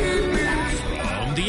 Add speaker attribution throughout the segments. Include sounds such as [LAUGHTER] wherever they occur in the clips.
Speaker 1: From the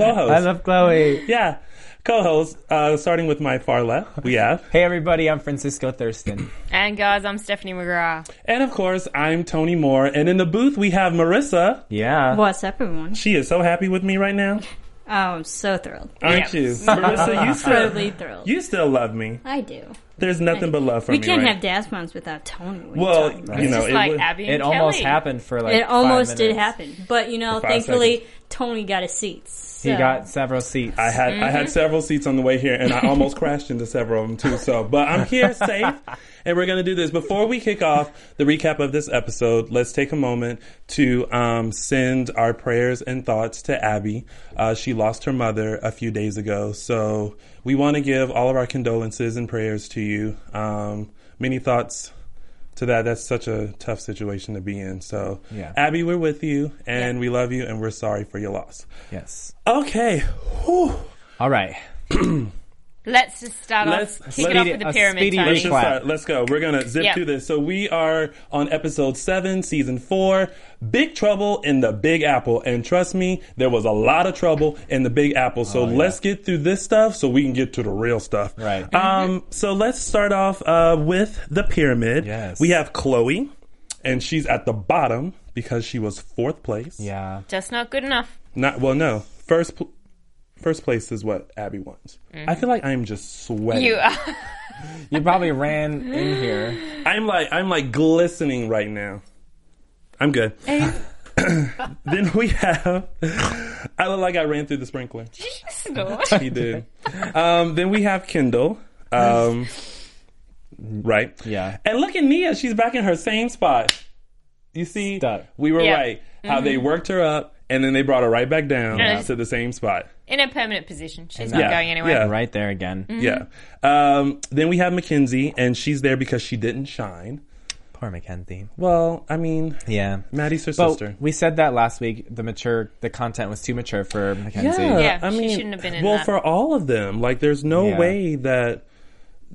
Speaker 2: [LAUGHS] I love Chloe.
Speaker 3: yeah, co-host. Uh, starting with my far left, we have
Speaker 2: Hey everybody, I'm Francisco Thurston.
Speaker 4: and guys, I'm Stephanie McGrath.
Speaker 3: And of course, I'm Tony Moore. And in the booth, we have Marissa.
Speaker 2: Yeah.
Speaker 5: What's up, everyone?
Speaker 3: She is so happy with me right now,
Speaker 5: Oh, I'm so thrilled.
Speaker 3: aren't you? Marissa, you still,
Speaker 5: [LAUGHS] Totally thrilled.
Speaker 3: you still love me.
Speaker 5: I do.
Speaker 3: There's nothing but love for
Speaker 5: We
Speaker 3: me.
Speaker 5: can't
Speaker 3: right?
Speaker 5: have dance moms without Tony. What are you
Speaker 3: Well,
Speaker 5: talking about?
Speaker 3: you know,
Speaker 4: Just
Speaker 3: it
Speaker 4: like
Speaker 3: would-
Speaker 4: Abby and
Speaker 2: It almost
Speaker 4: Kelly.
Speaker 2: happened for like
Speaker 5: it
Speaker 2: five
Speaker 5: almost did
Speaker 2: minutes.
Speaker 5: happen, but you know,
Speaker 3: five
Speaker 5: thankfully Tony got his seats. So.
Speaker 2: He got several seats.
Speaker 3: I had I had several seats on the way here, and I almost crashed into several of them too. So, but I'm here safe, and we're gonna do this. Before we kick off the recap of this episode, let's take a moment to um, send our prayers and thoughts to Abby. Uh, she lost her mother a few days ago, so we want to give all of our condolences and prayers to you. Um, many thoughts. To that, that's such a tough situation to be in. So,
Speaker 2: Yeah.
Speaker 3: Abby, we're with you and we love you and we're sorry for your loss.
Speaker 2: yes.
Speaker 3: Okay. Whew.
Speaker 2: All right.
Speaker 4: Let's just start
Speaker 3: Let's-
Speaker 4: off. Kick it
Speaker 3: let's-
Speaker 4: off with the
Speaker 2: a
Speaker 4: pyramid,
Speaker 2: speedy
Speaker 4: Tony.
Speaker 3: Let's just
Speaker 2: Clap.
Speaker 3: start. Let's go. We're gonna zip
Speaker 4: Yeah.
Speaker 3: through this. So we are on episode seven, season four, Big Trouble in the Big Apple. And trust me, there was a lot of trouble in the Big Apple.
Speaker 2: Oh,
Speaker 3: So let's get through this stuff so we can get to the real stuff.
Speaker 2: Right.
Speaker 3: Um. So let's start off uh, with the pyramid.
Speaker 2: Yes.
Speaker 3: We have Chloe, and she's at the bottom because she was fourth place.
Speaker 2: Yeah.
Speaker 4: Just not good enough.
Speaker 3: Not well. No. First. Pl- first place is what Abby wants. I feel like I'm just sweating.
Speaker 4: You are. [LAUGHS]
Speaker 2: You probably ran in here.
Speaker 3: I'm like I'm like glistening right now. I'm good. [LAUGHS] then we have I look like I ran through the sprinkler.
Speaker 4: snort.
Speaker 3: He did. Um, then we have Kendall. Um, right.
Speaker 2: Yeah.
Speaker 3: And look at Nia. She's back in her same spot. You see,
Speaker 2: Stuck.
Speaker 3: we were
Speaker 4: Yeah.
Speaker 3: right. How they worked her up and then they brought her right back down
Speaker 4: Yeah.
Speaker 3: to the same spot.
Speaker 4: In a permanent position. She's not
Speaker 3: Yeah.
Speaker 4: going anywhere.
Speaker 3: Yeah.
Speaker 2: Right there again.
Speaker 3: Yeah. Um, then we have Mackenzie, and she's there because she didn't shine.
Speaker 2: Poor Mackenzie.
Speaker 3: Well, I mean,
Speaker 2: Yeah.
Speaker 3: Maddie's her
Speaker 2: But
Speaker 3: sister.
Speaker 2: we said that last week. The mature, the content was too mature for Mackenzie.
Speaker 3: Yeah,
Speaker 4: Yeah,
Speaker 3: I
Speaker 4: she
Speaker 3: mean,
Speaker 4: shouldn't have been in
Speaker 3: well,
Speaker 4: that.
Speaker 3: for all of them, like, there's no
Speaker 2: Yeah.
Speaker 3: way that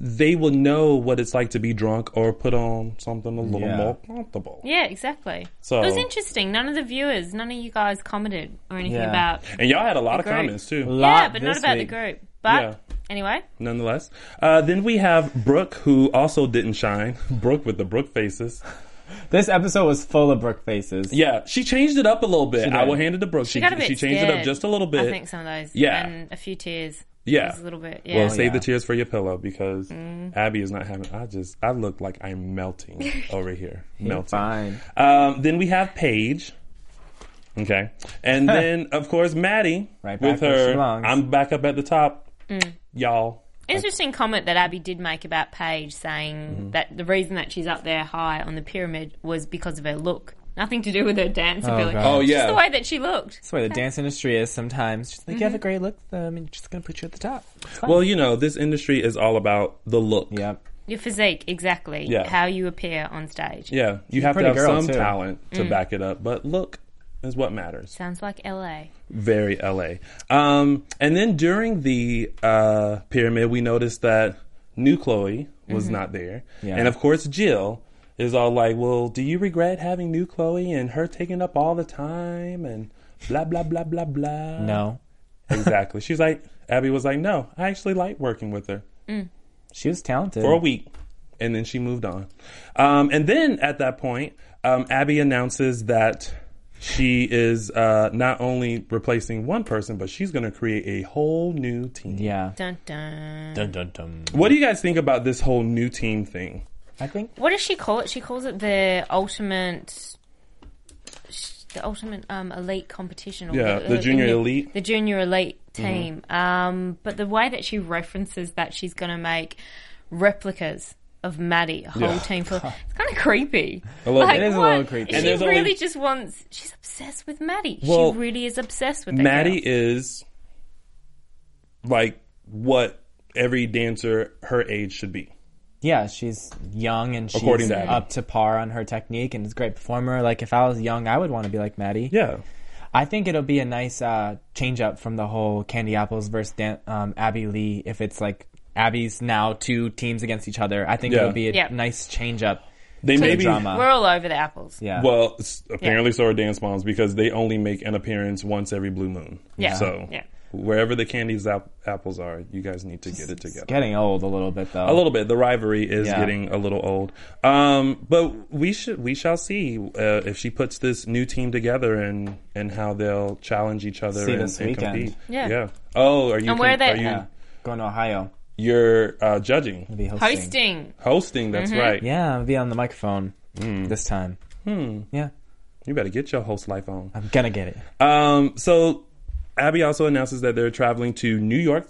Speaker 3: they will know what it's like to be drunk or put on something a little
Speaker 2: Yeah.
Speaker 3: more comfortable.
Speaker 4: Yeah, exactly.
Speaker 3: So-
Speaker 4: it was interesting. None of the viewers, none of you guys commented or anything
Speaker 2: Yeah.
Speaker 4: about.
Speaker 3: And y'all had a lot of
Speaker 4: Agreed.
Speaker 3: comments too,
Speaker 2: Lot
Speaker 4: yeah, but not
Speaker 2: this
Speaker 4: about
Speaker 2: week.
Speaker 4: the group. But
Speaker 3: Yeah.
Speaker 4: anyway,
Speaker 3: nonetheless. Uh, then we have Brooke, who also didn't shine. [LAUGHS] Brooke with the Brooke faces.
Speaker 2: This episode was full of Brooke faces.
Speaker 3: Yeah, she changed it up a little bit.
Speaker 2: She did.
Speaker 3: I will hand it to Brooke. She,
Speaker 4: got a bit
Speaker 3: she changed it up
Speaker 4: scared.
Speaker 3: just a little bit.
Speaker 4: I think some of those.
Speaker 3: Yeah.
Speaker 4: And a few tears.
Speaker 3: Yeah.
Speaker 4: It was a little bit. Yeah.
Speaker 3: Well, save
Speaker 2: yeah.
Speaker 3: the tears for your pillow because
Speaker 4: Mm.
Speaker 3: Abby is not having. I just, I look like
Speaker 4: [LAUGHS]
Speaker 3: I'm melting over here.
Speaker 2: You're
Speaker 3: melting.
Speaker 2: fine.
Speaker 3: Um, then we have Paige. Okay. And then, of course, Maddie
Speaker 2: Right
Speaker 3: with
Speaker 2: back where she
Speaker 3: her.
Speaker 2: belongs.
Speaker 3: I'm back up at the top. Y'all.
Speaker 4: Interesting comment that Abby did make
Speaker 3: Mm-hmm.
Speaker 4: about Paige saying that the reason that she's up there high on the pyramid was because of her look. And Nothing to do with her dance ability.
Speaker 2: God.
Speaker 3: Oh
Speaker 2: It's
Speaker 4: Just the
Speaker 3: yeah.
Speaker 4: way that she looked.
Speaker 2: That's the way the dance industry is sometimes. Just like, you have a great look, um, and just going to put you at the top. It's fine.
Speaker 3: Well, you know, this industry is all about the look.
Speaker 2: yep.
Speaker 4: Your physique, exactly.
Speaker 3: Yeah.
Speaker 4: How you appear on stage.
Speaker 3: Yeah, you have to
Speaker 2: pretty
Speaker 3: have
Speaker 2: girl,
Speaker 3: some
Speaker 2: too.
Speaker 3: talent to back it up, but look is what matters.
Speaker 4: Sounds like LA.
Speaker 3: Very LA. Um, and then during the uh, pyramid, we noticed that new Chloe was not there,
Speaker 2: Mm-hmm. Yeah.
Speaker 3: and of course Jill is all like, "Well, do you regret having new Chloe and her taking up all the time and blah blah blah blah blah?"
Speaker 2: No.
Speaker 3: exactly. She's like, Abby was like, "No, I actually like working with her."
Speaker 2: She was talented.
Speaker 3: for a week, and then she moved on. Um, and then at that point, um, Abby announces that she is uh, not only replacing one person, but she's going to create a whole new team.
Speaker 2: Yeah.
Speaker 4: Dun dun.
Speaker 2: Dun, dun, dun.
Speaker 3: What do you guys think about this whole new team thing?
Speaker 2: I think
Speaker 4: What does she call it? She calls it the ultimate. sh- The ultimate um, elite competition, or
Speaker 3: Yeah, the junior elite. Mm-hmm.
Speaker 4: the junior elite team. Um, but the way that she references that she's going to make replicas of Maddie, a whole
Speaker 3: Yeah.
Speaker 4: team
Speaker 3: [LAUGHS]
Speaker 4: full, it's kind of creepy.
Speaker 3: A little
Speaker 4: Like,
Speaker 3: bit.
Speaker 2: It is a
Speaker 4: what?
Speaker 2: little creepy.
Speaker 3: And
Speaker 4: she
Speaker 3: there's
Speaker 4: really
Speaker 3: only-
Speaker 4: just wants. She's obsessed with Maddie.
Speaker 3: Well,
Speaker 4: she really is obsessed with that
Speaker 3: Maddie
Speaker 4: girl.
Speaker 3: is like what every dancer her age should be.
Speaker 2: yeah, she's young and she's
Speaker 3: According to Abby.
Speaker 2: up to par on her technique and is a great performer. Like if I was young, I would want to be like Maddie.
Speaker 3: Yeah.
Speaker 2: I think it'll be a nice uh, change up from the whole Candy Apples versus Dan- um, Abby Lee. If it's like Abby's now two teams against each other, I think
Speaker 3: Yeah.
Speaker 2: it'll be a
Speaker 4: Yeah.
Speaker 2: nice change up.
Speaker 3: They
Speaker 2: to the
Speaker 3: maybe
Speaker 2: drama.
Speaker 4: We're all over the apples.
Speaker 2: Yeah.
Speaker 3: Well, s- apparently so are dance moms because they only make an appearance once every blue moon.
Speaker 4: Yeah.
Speaker 3: So
Speaker 4: Yeah.
Speaker 3: wherever the candies ap- apples are, you guys need to get it together.
Speaker 2: Getting old a little bit though.
Speaker 3: a little bit. The rivalry is
Speaker 2: Yeah.
Speaker 3: getting a little old, um, but we should we shall see uh, if she puts this new team together and and how they'll challenge each other
Speaker 2: See
Speaker 3: and,
Speaker 2: this
Speaker 3: and
Speaker 2: weekend.
Speaker 3: compete.
Speaker 4: Yeah.
Speaker 3: Oh, are you?
Speaker 4: And where
Speaker 3: com-
Speaker 4: they-
Speaker 3: are you?
Speaker 2: Yeah. Going to Ohio.
Speaker 3: You're uh, judging,
Speaker 2: to Be hosting.
Speaker 4: Hosting.
Speaker 3: hosting. That's
Speaker 4: Mm-hmm.
Speaker 3: right.
Speaker 2: Yeah, I'll be on the microphone this time. Hmm. Yeah.
Speaker 3: You better get your host life on.
Speaker 2: I'm gonna get it.
Speaker 3: Um, so Abby also announces that they're traveling to
Speaker 4: [GASPS]
Speaker 3: New York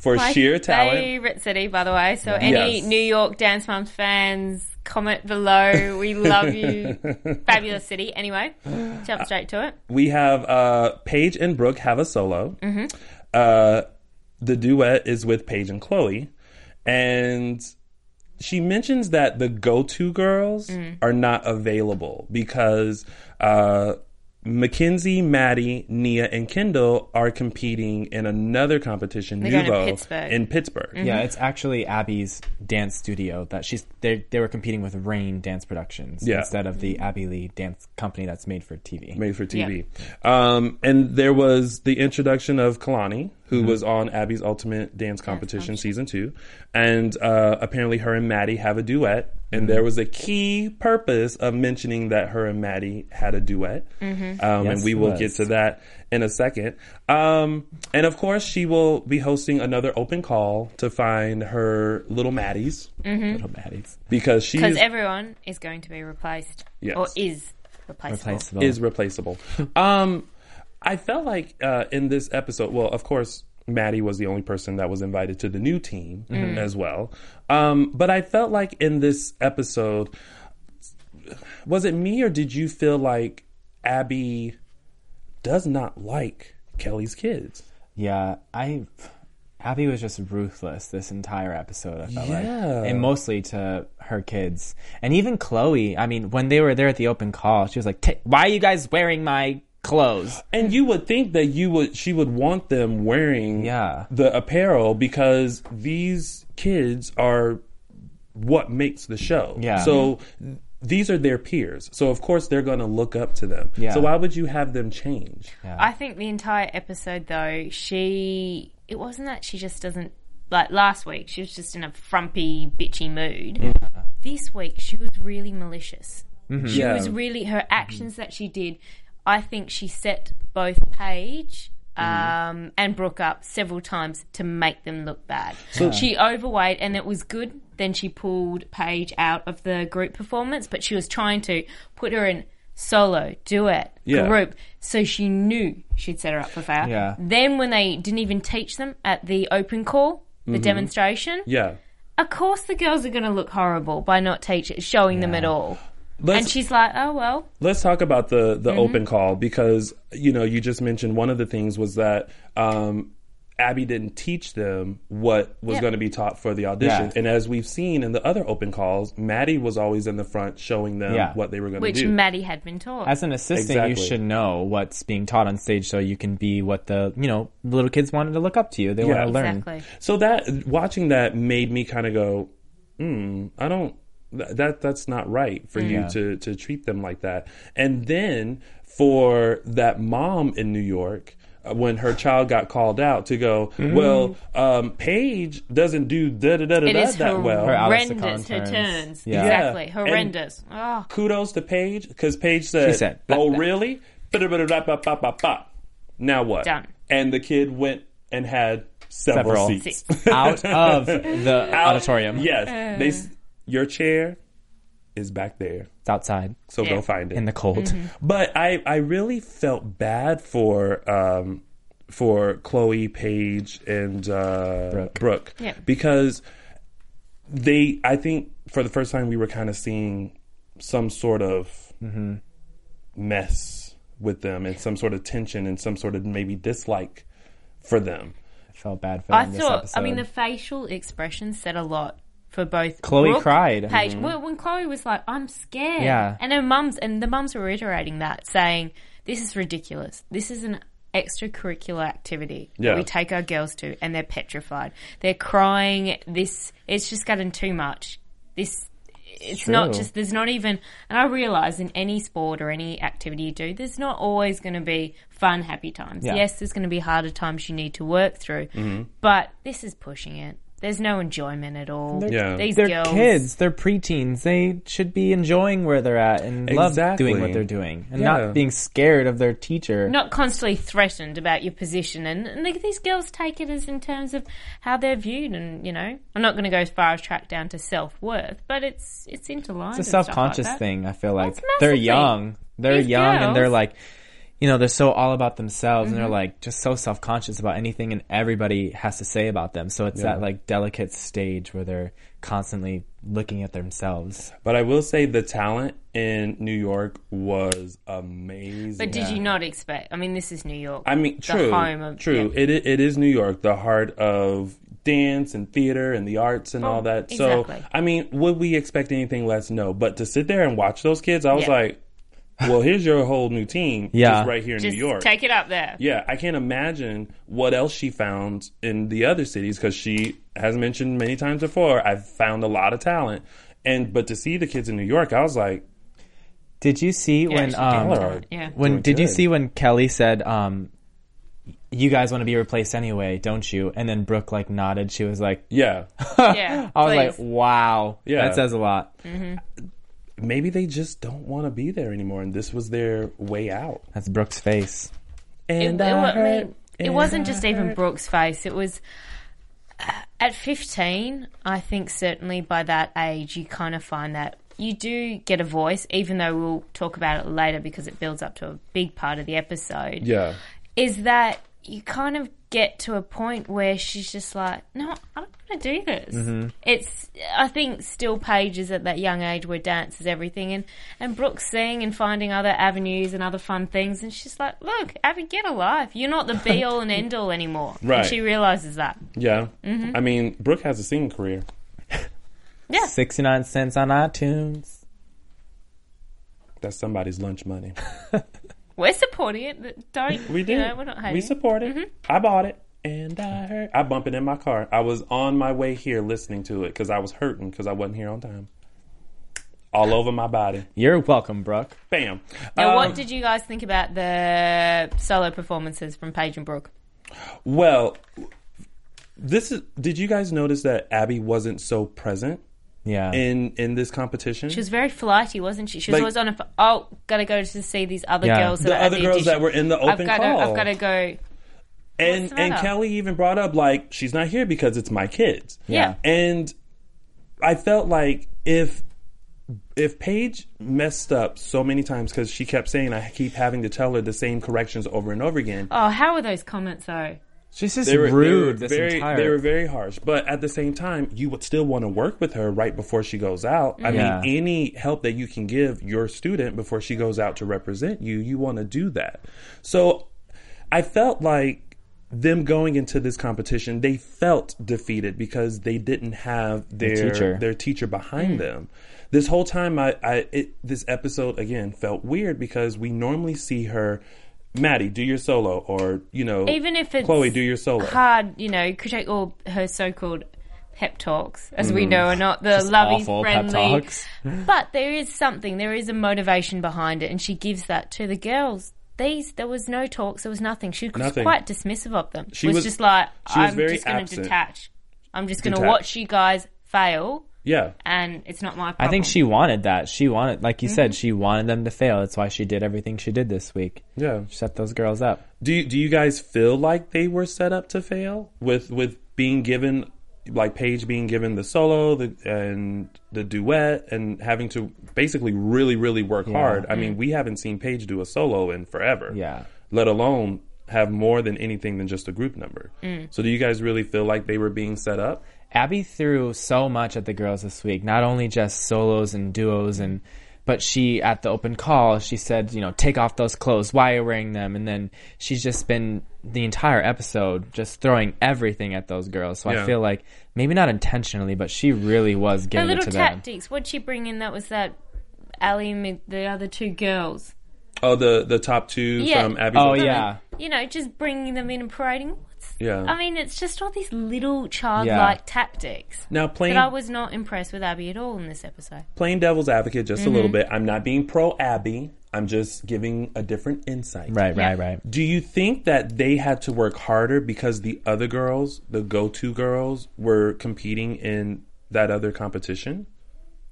Speaker 3: for
Speaker 4: My
Speaker 3: [LAUGHS] sheer talent.
Speaker 4: favorite city, by the way. So any
Speaker 3: Yes.
Speaker 4: New York Dance Moms fans, comment below. We love
Speaker 3: [LAUGHS]
Speaker 4: you. Fabulous city. Anyway, jump straight to it.
Speaker 3: Uh, We have uh, Paige and Brooke have a solo.
Speaker 4: Mm-hmm.
Speaker 3: Uh, the duet is with Paige and Chloe, and she mentions that the go-to girls
Speaker 4: Mm.
Speaker 3: are not available because uh, Mackenzie, Maddie, Nia, and Kendall are competing in another competition,
Speaker 4: They're going to
Speaker 3: Nuvo,
Speaker 4: Pittsburgh.
Speaker 3: in Pittsburgh.
Speaker 2: Yeah, it's actually Abby's dance studio that she's they they were competing with Rain Dance Productions
Speaker 3: Yeah.
Speaker 2: instead of the Abby Lee dance company that's made for TV.
Speaker 3: made for TV. Um, and there was the introduction of Kalani, who was on Abby's Ultimate Mm-hmm. Dance Competition season two, and uh, apparently her and Maddie have a duet. And there was a key purpose of mentioning that her and Maddie had a duet, um, and
Speaker 2: Yes,
Speaker 3: we
Speaker 2: it
Speaker 3: will
Speaker 2: was.
Speaker 3: get to that in a second. Um, and of course, she will be hosting another open call to find her little Maddies
Speaker 2: Little baddies.
Speaker 3: because she
Speaker 4: Because
Speaker 3: is-
Speaker 4: everyone is going to be replaced.
Speaker 3: Yes.
Speaker 4: Or is replaceable.
Speaker 2: Replaceable.
Speaker 3: is replaceable. um, I felt like uh, in this episode, well, of course, Maddie was the only person that was invited to the new team as well. Um, but I felt like in this episode, was it me or did you feel like Abby does not like Kelly's kids?
Speaker 2: Yeah, I Abby was just ruthless this entire episode. I felt
Speaker 3: Yeah.
Speaker 2: like, and mostly to her kids, and even Chloe. I mean, when they were there at the open call, she was like, "T- "Why are you guys wearing my clothes?"
Speaker 3: And you would think that you would she would want them wearing
Speaker 2: Yeah.
Speaker 3: the apparel because these kids are what makes the show.
Speaker 2: Yeah.
Speaker 3: So th- these are their peers. So of course they're going to look up to them.
Speaker 2: Yeah.
Speaker 3: So why would you have them change?
Speaker 4: I think the entire episode, though, she it wasn't that she just doesn't like last week. She was just in a frumpy, bitchy mood. This week, she was really malicious. She
Speaker 3: Yeah. Mm-hmm.
Speaker 4: was really her actions that she did. I think she set both Paige
Speaker 3: Mm.
Speaker 4: um, and Brooke up several times to make them look bad. she overweighed, and it was good. Then she pulled Paige out of the group performance, but she was trying to put her in solo, duet,
Speaker 3: Yeah.
Speaker 4: group. So she knew she'd set her up for failure.
Speaker 2: Yeah.
Speaker 4: Then when they didn't even teach them at the open call, the demonstration,
Speaker 3: Mm-hmm. Yeah.
Speaker 4: of course the girls are going to look horrible by not teach showing them at all.
Speaker 3: Let's,
Speaker 4: and she's like, "Oh well,
Speaker 3: let's talk about the the
Speaker 4: Mm-hmm.
Speaker 3: open call because you know you just mentioned one of the things was that um, Abby didn't teach them what was
Speaker 4: Yeah.
Speaker 3: going to be taught for the audition,
Speaker 2: Yeah.
Speaker 3: and as we've seen in the other open calls, Maddie was always in the front showing them
Speaker 2: Yeah.
Speaker 3: what they were going to
Speaker 4: which
Speaker 3: do.
Speaker 4: Maddie had been taught.
Speaker 2: As an assistant, you
Speaker 3: Exactly.
Speaker 2: should know what's being taught on stage so you can be what the, you know, little kids wanted to look up to you. They
Speaker 3: Yeah.
Speaker 2: want to learn.
Speaker 4: exactly.
Speaker 3: so that watching that made me kind of go, hmm, I don't th- that that's not right for you
Speaker 2: Yeah.
Speaker 3: to to treat them like that. And then for that mom in New York uh, when her child got called out to go,
Speaker 2: Mm-hmm.
Speaker 3: well, um, Paige doesn't do da da da da
Speaker 4: It
Speaker 3: da
Speaker 4: is
Speaker 3: that well.
Speaker 2: Her out-
Speaker 4: horrendous. Her
Speaker 2: Alice Colin
Speaker 4: turns,
Speaker 2: turns. Yeah.
Speaker 4: exactly
Speaker 3: Yeah.
Speaker 4: horrendous. Oh,
Speaker 3: Kudos to Paige because Paige said,
Speaker 2: She said,
Speaker 3: "Oh really?" Ba-da-ba-da-ba-ba-ba-ba. Now what?
Speaker 4: Done.
Speaker 3: And the kid went and had several,
Speaker 2: Several.
Speaker 3: seats.
Speaker 2: Out [LAUGHS] of the auditorium.
Speaker 4: Uh.
Speaker 3: Yes. They s your chair is back there.
Speaker 2: It's outside
Speaker 3: So
Speaker 4: Yeah.
Speaker 3: go find it.
Speaker 2: in the cold.
Speaker 4: Mm-hmm.
Speaker 3: but I, I really felt bad for um for Chloe, Paige and uh Brooke,
Speaker 4: Yeah.
Speaker 3: because they I think for the first time we were kind of seeing some sort of
Speaker 2: Mm-hmm.
Speaker 3: mess with them and some sort of tension and some sort of maybe dislike for them.
Speaker 2: I felt bad for them
Speaker 4: I
Speaker 2: this
Speaker 4: thought.
Speaker 2: episode.
Speaker 4: I mean, the facial expression said a lot for both.
Speaker 2: Chloe
Speaker 4: Brooke,
Speaker 2: cried. Mm-hmm.
Speaker 4: Paige. Well, when Chloe was like, "I'm scared,"
Speaker 2: Yeah.
Speaker 4: and her mums and the mums were reiterating that, saying, "This is ridiculous. This is an." Extracurricular activity
Speaker 3: Yeah.
Speaker 4: that we take our girls to, and they're petrified. They're crying. This it's just gotten too much. This it's not
Speaker 2: true.
Speaker 4: just there's not even and i realize in any sport or any activity you do there's not always going to be fun happy times
Speaker 2: Yeah. Mm-hmm.
Speaker 4: yes there's going to be harder times you need to work through but this is pushing it there's no enjoyment at all
Speaker 3: Yeah.
Speaker 4: these
Speaker 2: they're
Speaker 4: girls
Speaker 2: kids, they're preteens. They should be enjoying where they're at and love
Speaker 3: Exactly.
Speaker 2: doing what they're doing and
Speaker 3: Yeah.
Speaker 2: not being scared of their teacher.
Speaker 4: not constantly threatened about your position and, and like, these girls take it as in terms of how they're viewed and you know i'm not going to go as far as track down to self-worth but it's it's interlined
Speaker 2: it's a self-conscious thing i feel like
Speaker 4: it's a
Speaker 2: they're
Speaker 4: massive thing.
Speaker 2: young they're
Speaker 4: These
Speaker 2: young and they're
Speaker 4: girls- Mm-hmm.
Speaker 2: like you know they're so all about themselves and they're like just so self-conscious about anything and everybody has to say about them so it's that like delicate stage where they're constantly looking at themselves
Speaker 3: But I will say the talent in New York was amazing.
Speaker 4: but did you not expect i mean this is new york
Speaker 3: I mean,
Speaker 4: the
Speaker 3: true,
Speaker 4: home of-
Speaker 3: true.
Speaker 4: yeah.
Speaker 3: It i- it is New York, the heart of dance and theater and the arts and all that. So,
Speaker 4: Oh, exactly.
Speaker 3: I mean, would we expect anything less? No. But to sit there and watch those kids, I was
Speaker 4: Yeah.
Speaker 3: like, well, here's your whole new team,
Speaker 2: Yeah.
Speaker 3: just right here in
Speaker 4: just
Speaker 3: New York.
Speaker 4: take it up there
Speaker 3: yeah, I can't imagine what else she found in the other cities because she has mentioned many times before. I've found a lot of talent, and but to see the kids in New York, I was like,
Speaker 2: did you see when
Speaker 4: she
Speaker 2: um
Speaker 3: all right.
Speaker 4: yeah
Speaker 2: when did you
Speaker 3: good.
Speaker 2: see when kelly said um you guys want to be replaced anyway don't you and then brooke like nodded she was like
Speaker 3: yeah,
Speaker 4: [LAUGHS] yeah
Speaker 2: [LAUGHS] [GASPS] i was
Speaker 4: please.
Speaker 2: like wow
Speaker 3: Yeah.
Speaker 2: that says a lot
Speaker 3: maybe they just don't want to be there anymore, and this was their way out.
Speaker 2: that's brooke's face
Speaker 4: it,
Speaker 3: And
Speaker 4: it,
Speaker 3: I
Speaker 4: wa- I mean,
Speaker 3: hurt,
Speaker 4: it
Speaker 3: and
Speaker 4: wasn't
Speaker 3: I
Speaker 4: just even
Speaker 3: hurt.
Speaker 4: Brooke's face. It was uh, at 15, I think certainly by that age, you kind of find that you do get a voice, even though we'll talk about it later because it builds up to a big part of the episode.
Speaker 3: Yeah.
Speaker 4: Is that you kind of get to a point where she's just like, no, I don't want to do this.
Speaker 3: Mm-hmm.
Speaker 4: It's, I think, still Paige is at that young age where dance is everything, and, and Brooke's seeing and finding other avenues and other fun things, and she's like, look, Abby, get a life. You're not the
Speaker 3: [LAUGHS]
Speaker 4: be all and end all anymore. And
Speaker 3: Right.
Speaker 4: she realizes that.
Speaker 3: Yeah.
Speaker 4: Mm-hmm.
Speaker 3: I mean, Brooke has a singing career.
Speaker 2: 69 cents on iTunes.
Speaker 3: That's somebody's lunch money.
Speaker 4: We're supporting it. but Don't [LAUGHS] Mm-hmm.
Speaker 3: We
Speaker 4: You
Speaker 3: did.
Speaker 4: know, we're not hating.
Speaker 3: we support it. I bought it. And I heard. I bump it in my car. I was on my way here listening to it because I was hurting because I wasn't here on time. All over my body.
Speaker 2: You're welcome, Brooke.
Speaker 3: Bam.
Speaker 4: now,
Speaker 3: Um,
Speaker 4: what did you guys think about the solo performances from Paige and Brooke?
Speaker 3: well, this is. Did you guys notice that Abby wasn't so present
Speaker 2: Yeah.
Speaker 3: in in this competition?
Speaker 4: She was very flighty, wasn't she? She was
Speaker 3: Like-
Speaker 4: always on a ph- oh, gotta go to see these other
Speaker 2: Yeah.
Speaker 4: girls. that
Speaker 3: The
Speaker 4: are at
Speaker 3: other girls that
Speaker 4: audition.
Speaker 3: were in the open
Speaker 4: I've gotta,
Speaker 3: call.
Speaker 4: I've gotta go. What's
Speaker 3: and
Speaker 4: the
Speaker 3: and
Speaker 4: matter?
Speaker 3: Kelly even brought up like she's not here because it's my kids.
Speaker 4: Yeah.
Speaker 3: And I felt like if if Paige messed up so many times because she kept saying I keep having to tell her the same corrections over and over again.
Speaker 4: Oh, how were those comments though?
Speaker 2: She's just
Speaker 3: they were, they were
Speaker 2: rude this
Speaker 3: very,
Speaker 2: entire.
Speaker 3: They were very harsh, but at the same time, you would still want to work with her right before she goes out. I
Speaker 2: Yeah.
Speaker 3: mean, any help that you can give your student before she goes out to represent you, you want to do that. So, I felt like them going into this competition, they felt defeated because they didn't have their
Speaker 2: teacher. Hmm.
Speaker 3: their teacher behind them. This whole time, I, I it, this episode again felt weird because we normally see her. Maddie, do your solo, or you know,
Speaker 4: Even if it's
Speaker 3: Chloe, do your solo.
Speaker 4: hard, you know, could take all her so-called pep talks, as
Speaker 3: Mm.
Speaker 4: we know, are not the lovey,
Speaker 2: awful pep
Speaker 4: friendly.
Speaker 2: talks.
Speaker 4: [LAUGHS] But there is something, there is a motivation behind it, and she gives that to the girls. These, there was no talks, there was nothing. She was
Speaker 3: Nothing.
Speaker 4: quite dismissive of them. She
Speaker 3: She
Speaker 4: was,
Speaker 3: was-
Speaker 4: just like,
Speaker 3: she was
Speaker 4: I'm
Speaker 3: very
Speaker 4: just going to
Speaker 3: absent.
Speaker 4: detach. I'm just going to
Speaker 3: Detached.
Speaker 4: watch you guys fail,
Speaker 3: Yeah.
Speaker 4: and it's not my problem.
Speaker 2: I think she wanted that. She wanted, like you
Speaker 4: Mm-hmm.
Speaker 2: said, she wanted them to fail. That's why she did everything she did this week.
Speaker 3: Yeah.
Speaker 2: Set those girls up.
Speaker 3: Do you, do you guys feel like they were set up to fail with with being given like Paige being given the solo the, and the duet and having to basically really really work hard. I
Speaker 4: Mm-hmm.
Speaker 3: mean, we haven't seen Paige do a solo in forever.
Speaker 2: Yeah.
Speaker 3: Let alone have more than anything than just a group number.
Speaker 4: Mm.
Speaker 3: So do you guys really feel like they were being set up?
Speaker 2: Abby threw so much at the girls this week, not only just solos and duos and but she at the open call, she said, you know, take off those clothes, why are you wearing them? And then she's just been the entire episode just throwing everything at those girls. So
Speaker 3: Yeah.
Speaker 2: I feel like maybe not intentionally, but she really was
Speaker 4: her
Speaker 2: giving it
Speaker 4: little
Speaker 2: to them.
Speaker 4: tactics. What'd she bring in? That was that Allie and the- the other two girls.
Speaker 3: Oh, the the top two
Speaker 4: Yeah.
Speaker 3: from Abby's.
Speaker 2: Oh yeah.
Speaker 4: You know, just bringing them in and parading. What's
Speaker 3: Yeah.
Speaker 4: I mean, it's just all these little childlike tactics.
Speaker 3: now playing
Speaker 4: But I was not impressed with Abby at all in this episode.
Speaker 3: playing devil's advocate just a
Speaker 4: Mm-hmm.
Speaker 3: little bit. I'm not being pro Abby. I'm just giving a different insight.
Speaker 2: Right, right,
Speaker 4: Yeah.
Speaker 2: right.
Speaker 3: Do you think that they had to work harder because the other girls, the go to girls, were competing in that other competition?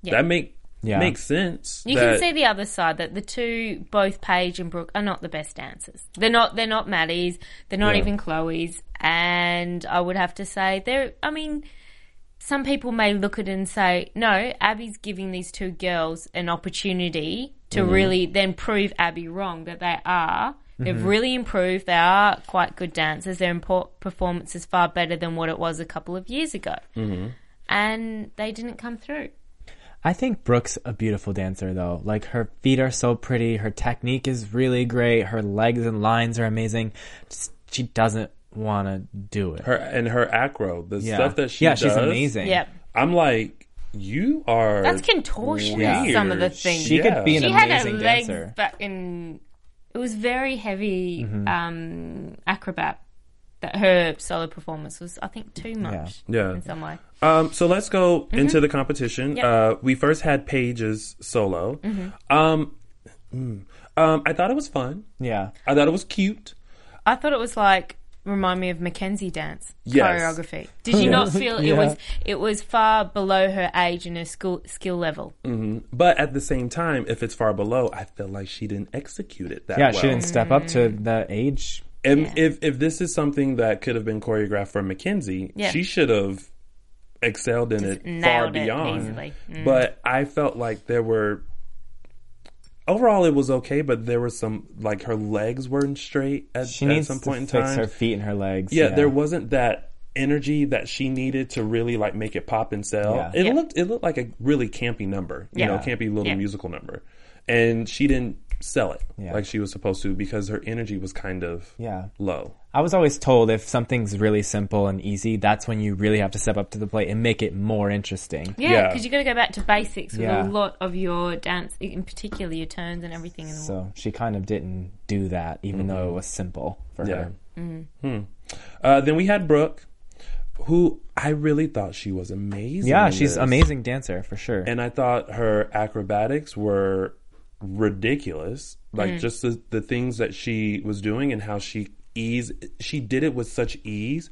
Speaker 4: Yeah.
Speaker 3: That make
Speaker 2: Yeah.
Speaker 3: makes sense.
Speaker 4: You can
Speaker 3: that-
Speaker 4: see the other side that the two, both Paige and Brooke, are not the best dancers. They're not. They're not Maddie's. They're not
Speaker 3: Yeah.
Speaker 4: even Chloe's. And I would have to say, they're. I mean, some people may look at it and say, no, Abby's giving these two girls an opportunity to
Speaker 3: Mm-hmm.
Speaker 4: really then prove Abby wrong that they are. They've
Speaker 3: Mm-hmm.
Speaker 4: really improved. They are quite good dancers. Their impor- performance is far better than what it was a couple of years ago. Mm-hmm. And they didn't come through.
Speaker 2: I think Brooke's a beautiful dancer though. Like her feet are so pretty, her technique is really great, her legs and lines are amazing. Just- she doesn't want to do it.
Speaker 3: her and her acro, the
Speaker 2: yeah.
Speaker 3: stuff that she
Speaker 2: yeah,
Speaker 3: does.
Speaker 2: she's amazing.
Speaker 4: Yep.
Speaker 3: I'm like, you are
Speaker 4: That's contortionist,
Speaker 3: weird.
Speaker 4: some of the things.
Speaker 2: She
Speaker 3: Yeah.
Speaker 2: could be an
Speaker 4: she had her
Speaker 2: amazing
Speaker 4: legs
Speaker 2: dancer.
Speaker 4: back in. It was very heavy um, acrobat. That her solo performance was, I think, too much
Speaker 3: Yeah.
Speaker 4: in some way.
Speaker 3: Um, so let's go
Speaker 4: Mm-hmm.
Speaker 3: into the competition. Uh, we first had Paige's solo.
Speaker 4: Mm-hmm.
Speaker 3: Um, mm. um, I thought it was fun.
Speaker 2: Yeah.
Speaker 3: I thought it was cute.
Speaker 4: I thought it was like remind me of Mackenzie dance
Speaker 3: Yes.
Speaker 4: choreography. Did you not feel it was it was far below her age and her school skill level?
Speaker 3: But at the same time, if it's far below, I feel like she didn't execute it that
Speaker 2: Yeah,
Speaker 3: well.
Speaker 2: she didn't step up to the age.
Speaker 3: And if if this is something that could have been choreographed for Mackenzie,
Speaker 4: Yeah.
Speaker 3: she should have excelled in it far
Speaker 4: nailed it Mm.
Speaker 3: beyond.
Speaker 4: easily.
Speaker 3: But I felt like there were overall it was okay, but there were some like her legs weren't straight at,
Speaker 2: She
Speaker 3: at
Speaker 2: needs
Speaker 3: some
Speaker 2: some
Speaker 3: point in
Speaker 2: to fix
Speaker 3: time.
Speaker 2: her feet and her legs.
Speaker 3: yeah, there wasn't that energy that she needed to really like make it pop and sell.
Speaker 2: Yeah.
Speaker 3: It
Speaker 4: Yeah.
Speaker 3: looked it looked like a really campy number, you know,
Speaker 2: Yeah.
Speaker 3: campy little
Speaker 4: Yeah.
Speaker 3: musical number, and she didn't sell it
Speaker 2: Yeah.
Speaker 3: like she was supposed to because her energy was kind of
Speaker 2: Yeah.
Speaker 3: low.
Speaker 2: I was always told if something's really simple and easy, that's when you really have to step up to the plate and make it more interesting.
Speaker 4: Yeah,
Speaker 3: Yeah.
Speaker 4: because you got to go back to basics with
Speaker 2: Yeah.
Speaker 4: a lot of your dance, in particular your turns and everything. And
Speaker 2: So she kind of didn't do that, even though it was simple for
Speaker 3: Mm-hmm. Yeah.
Speaker 2: her. Mm-hmm.
Speaker 3: Uh, then we had Brooke, who I really thought she was amazing.
Speaker 2: Yeah,
Speaker 3: in
Speaker 2: she's
Speaker 3: this.
Speaker 2: amazing dancer for sure.
Speaker 3: And I thought her acrobatics were ridiculous. Like
Speaker 4: Mm.
Speaker 3: just the, the things that she was doing and how she ease she did it with such ease.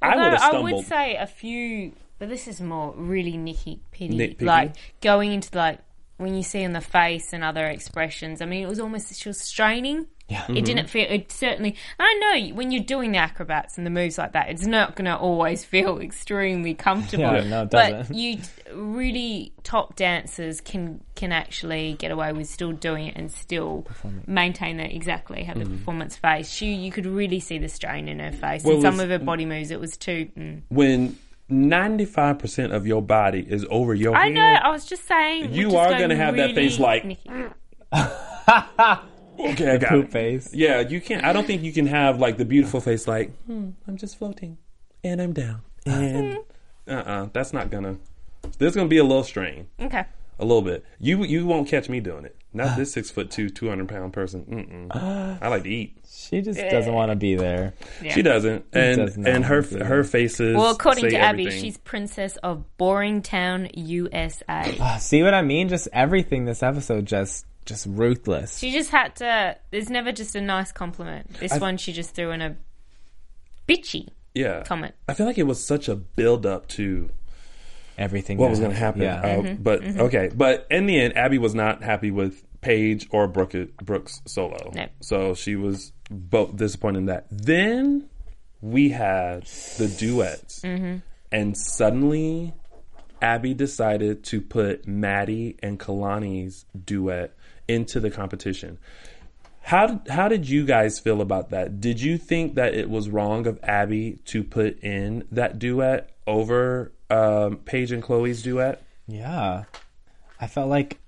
Speaker 3: I would
Speaker 4: Although
Speaker 3: have
Speaker 4: I
Speaker 3: stumbled.
Speaker 4: would say a few, but this is more really nitty pitty,
Speaker 3: Nitpicky?
Speaker 4: like going into like when you see on the face and other expressions. I mean, it was almost she was straining. Yeah. It
Speaker 2: Mm-hmm.
Speaker 4: didn't feel. It certainly. I know when you're doing the acrobats and the moves like that, it's not going to always feel [LAUGHS] extremely comfortable.
Speaker 2: Yeah, no, it
Speaker 4: but
Speaker 2: doesn't.
Speaker 4: you t- really top dancers can can actually get away with still doing it and still maintain that exactly have the performance face. She, you could really see the strain in her face
Speaker 3: Well,
Speaker 4: and some
Speaker 3: with-
Speaker 4: of her body moves. It was too. Mm.
Speaker 3: when 95% of your body is over your
Speaker 4: I
Speaker 3: head.
Speaker 4: know. I was just saying.
Speaker 3: You
Speaker 4: we're just
Speaker 3: are
Speaker 4: going
Speaker 3: gonna have that
Speaker 4: really
Speaker 3: face like-
Speaker 4: nicky.
Speaker 3: [LAUGHS]
Speaker 4: Mm,
Speaker 3: Okay, I got
Speaker 2: Poop
Speaker 3: it.
Speaker 2: face.
Speaker 3: Yeah, you can't. I don't think you can have like the beautiful face like, hmm, I'm just floating and I'm down. And uh uh that's not gonna. There's gonna be a little strain,
Speaker 4: Okay.
Speaker 3: a little bit. You you won't catch me doing it. Not [SIGHS] this six foot two, 200 pound person. [SIGHS] Mm-mm. I like to eat.
Speaker 2: She just doesn't want to be there.
Speaker 3: She doesn't, and
Speaker 2: does not
Speaker 3: and her
Speaker 2: wanna do
Speaker 3: her faces.
Speaker 4: Well, according
Speaker 3: say
Speaker 4: to Abby,
Speaker 3: everything.
Speaker 4: she's princess of Boringtown, USA.
Speaker 2: See what I mean? Just everything this episode just just ruthless.
Speaker 4: she just had to. There's never just a nice compliment. This one she just threw in a bitchy
Speaker 3: yeah.
Speaker 4: comment.
Speaker 3: I feel like it was such a build up to
Speaker 2: everything.
Speaker 3: what
Speaker 2: that
Speaker 3: was going to happen.
Speaker 2: happened. Yeah.
Speaker 3: Uh, But okay, but in the end, Abby was not happy with Paige or Brooke, Brooks solo.
Speaker 4: No.
Speaker 3: So she was both disappointed in that. Then we had the duets, and suddenly Abby decided to put Maddie and Kalani's duet into the competition. How did, how did you guys feel about that? Did you think that it was wrong of Abby to put in that duet over um, Paige and Chloe's duet?
Speaker 2: Yeah. I felt like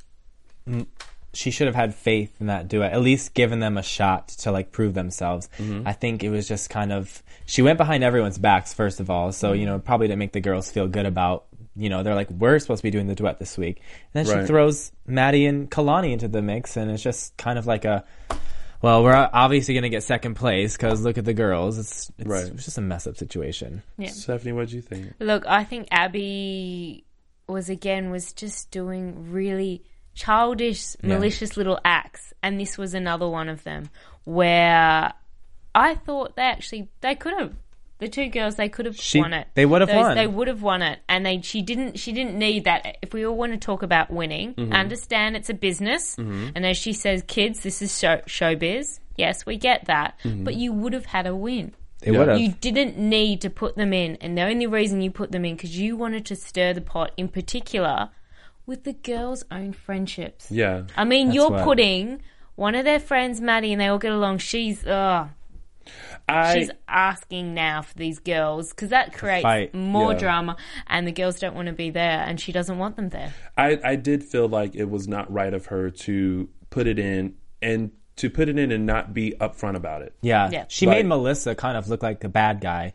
Speaker 2: mm, she should have had faith in that duet, at least given them a shot to like prove themselves.
Speaker 3: Mm-hmm.
Speaker 2: I think it was just kind of she went behind everyone's backs first of all, so you
Speaker 3: Mm-hmm.
Speaker 2: know, probably to make the girls feel good about you know, they're like, we're supposed to be doing the duet this week. And then
Speaker 3: Right.
Speaker 2: she throws Maddie and Kalani into the mix, and it's just kind of like a, well, we're obviously going to get second place because look at the girls. It's, it's,
Speaker 3: Right.
Speaker 2: it's just a mess up situation.
Speaker 3: Stephanie, what do you think?
Speaker 4: Look, I think Abby was again was just doing really childish, malicious little acts, and this was another one of them where I thought they actually they could have the two girls they could have
Speaker 2: She-
Speaker 4: won it.
Speaker 2: they would have
Speaker 4: Those-
Speaker 2: won.
Speaker 4: They would have won it, and they she didn't she didn't need that. If we all want to talk about winning,
Speaker 2: Mm-hmm.
Speaker 4: understand it's a business, and as she says, kids, this is show, showbiz. Yes, we get that,
Speaker 2: Mm-hmm.
Speaker 4: but you would have had a win.
Speaker 2: It would
Speaker 4: You
Speaker 2: have.
Speaker 4: didn't need to put them in, and the only reason you put them in because you wanted to stir the pot, in particular, with the girls' own friendships.
Speaker 3: Yeah.
Speaker 4: I mean, you're
Speaker 2: what-
Speaker 4: putting one of their friends, Maddie, and they all get along. She's uh,
Speaker 3: I
Speaker 4: she's asking now for these girls because that creates
Speaker 2: fight,
Speaker 4: more
Speaker 3: yeah.
Speaker 4: drama, and the girls don't want to be there, and she doesn't want them there.
Speaker 3: I, I did feel like it was not right of her to put it in and to put it in and not be upfront about it.
Speaker 2: Yeah.
Speaker 4: Yeah.
Speaker 2: She
Speaker 3: Like-
Speaker 2: made Melissa kind of look like a bad guy.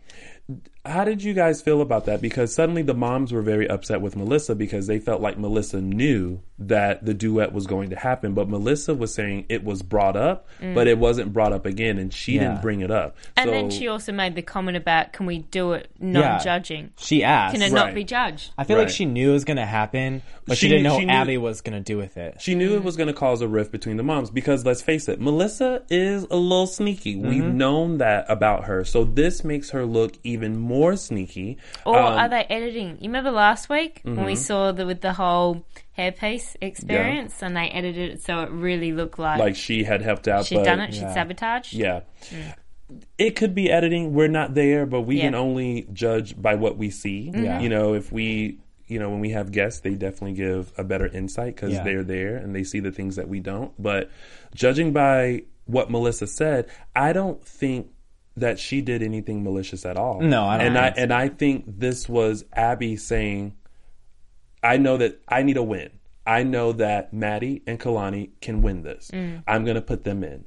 Speaker 3: How did you guys feel about that? Because suddenly the moms were very upset with Melissa because they felt like Melissa knew that the duet was going to happen, but Melissa was saying it was brought up, but it wasn't brought up again, and she
Speaker 2: Yeah.
Speaker 3: didn't bring it up.
Speaker 4: Mm. And
Speaker 3: so,
Speaker 4: then she also made the comment about, "Can we do it non-judging?
Speaker 2: She asked.
Speaker 4: Can it
Speaker 3: Right.
Speaker 4: not be judged?"
Speaker 2: I feel like
Speaker 3: Right.
Speaker 2: she knew it was going to happen, but she,
Speaker 3: She-
Speaker 2: didn't know
Speaker 3: she
Speaker 2: what
Speaker 3: knew-
Speaker 2: Abby was going to do with it.
Speaker 3: She knew it was going to cause a rift between the moms because let's face it, Melissa is a little sneaky. We've known that about her. So this makes her look even more sneaky.
Speaker 4: Or
Speaker 3: Um, Mm-hmm.
Speaker 4: are they editing? You remember last week when we saw the with the whole hairpiece experience and they edited it so it really looked like,
Speaker 3: like she had helped out.
Speaker 4: she'd
Speaker 3: but,
Speaker 4: done it, she'd sabotaged.
Speaker 3: Yeah.
Speaker 2: Mm.
Speaker 3: It could be editing. We're not there, but we
Speaker 4: Yeah.
Speaker 3: can only judge by what we see.
Speaker 2: Yeah.
Speaker 3: You know, if we, you know, when we have guests, they definitely give a better insight because
Speaker 2: Yeah.
Speaker 3: they're there and they see the things that we don't. But judging by what Melissa said, I don't think that she did anything malicious at all.
Speaker 2: No, I don't
Speaker 3: And I
Speaker 2: think so.
Speaker 3: and I think this was Abby saying, I know that I need a win. I know that Maddie and Kalani can win this.
Speaker 2: Mm.
Speaker 3: I'm going to put them in.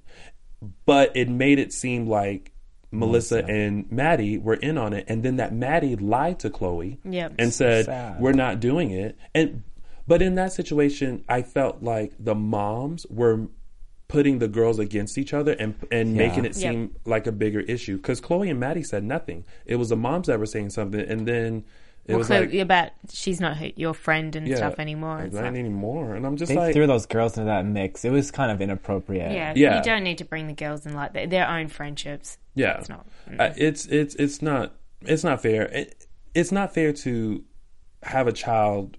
Speaker 3: But it made it seem like Melissa, and Maddie were in on it. And then that Maddie lied to Chloe
Speaker 4: Yep.
Speaker 3: and said,
Speaker 2: sad.
Speaker 3: We're not doing it. And but in that situation, I felt like the moms were putting the girls against each other and and making it
Speaker 4: Yep.
Speaker 3: seem like a bigger issue because Chloe and Maddie said nothing. It was the moms that were saying something, and then it
Speaker 4: Well,
Speaker 3: was
Speaker 4: clearly
Speaker 3: like
Speaker 4: about she's not her, your friend and stuff anymore.
Speaker 3: like,
Speaker 4: It's
Speaker 3: not
Speaker 4: like,
Speaker 3: anymore. And I'm just
Speaker 2: They
Speaker 3: like,
Speaker 2: threw those girls into that mix. It was kind of inappropriate.
Speaker 4: yeah,
Speaker 3: Yeah.
Speaker 4: you don't need to bring the girls in like their, their own friendships.
Speaker 3: yeah,
Speaker 4: it's not. mm.
Speaker 3: Uh, it's it's it's not it's not fair. It, it's not fair to have a child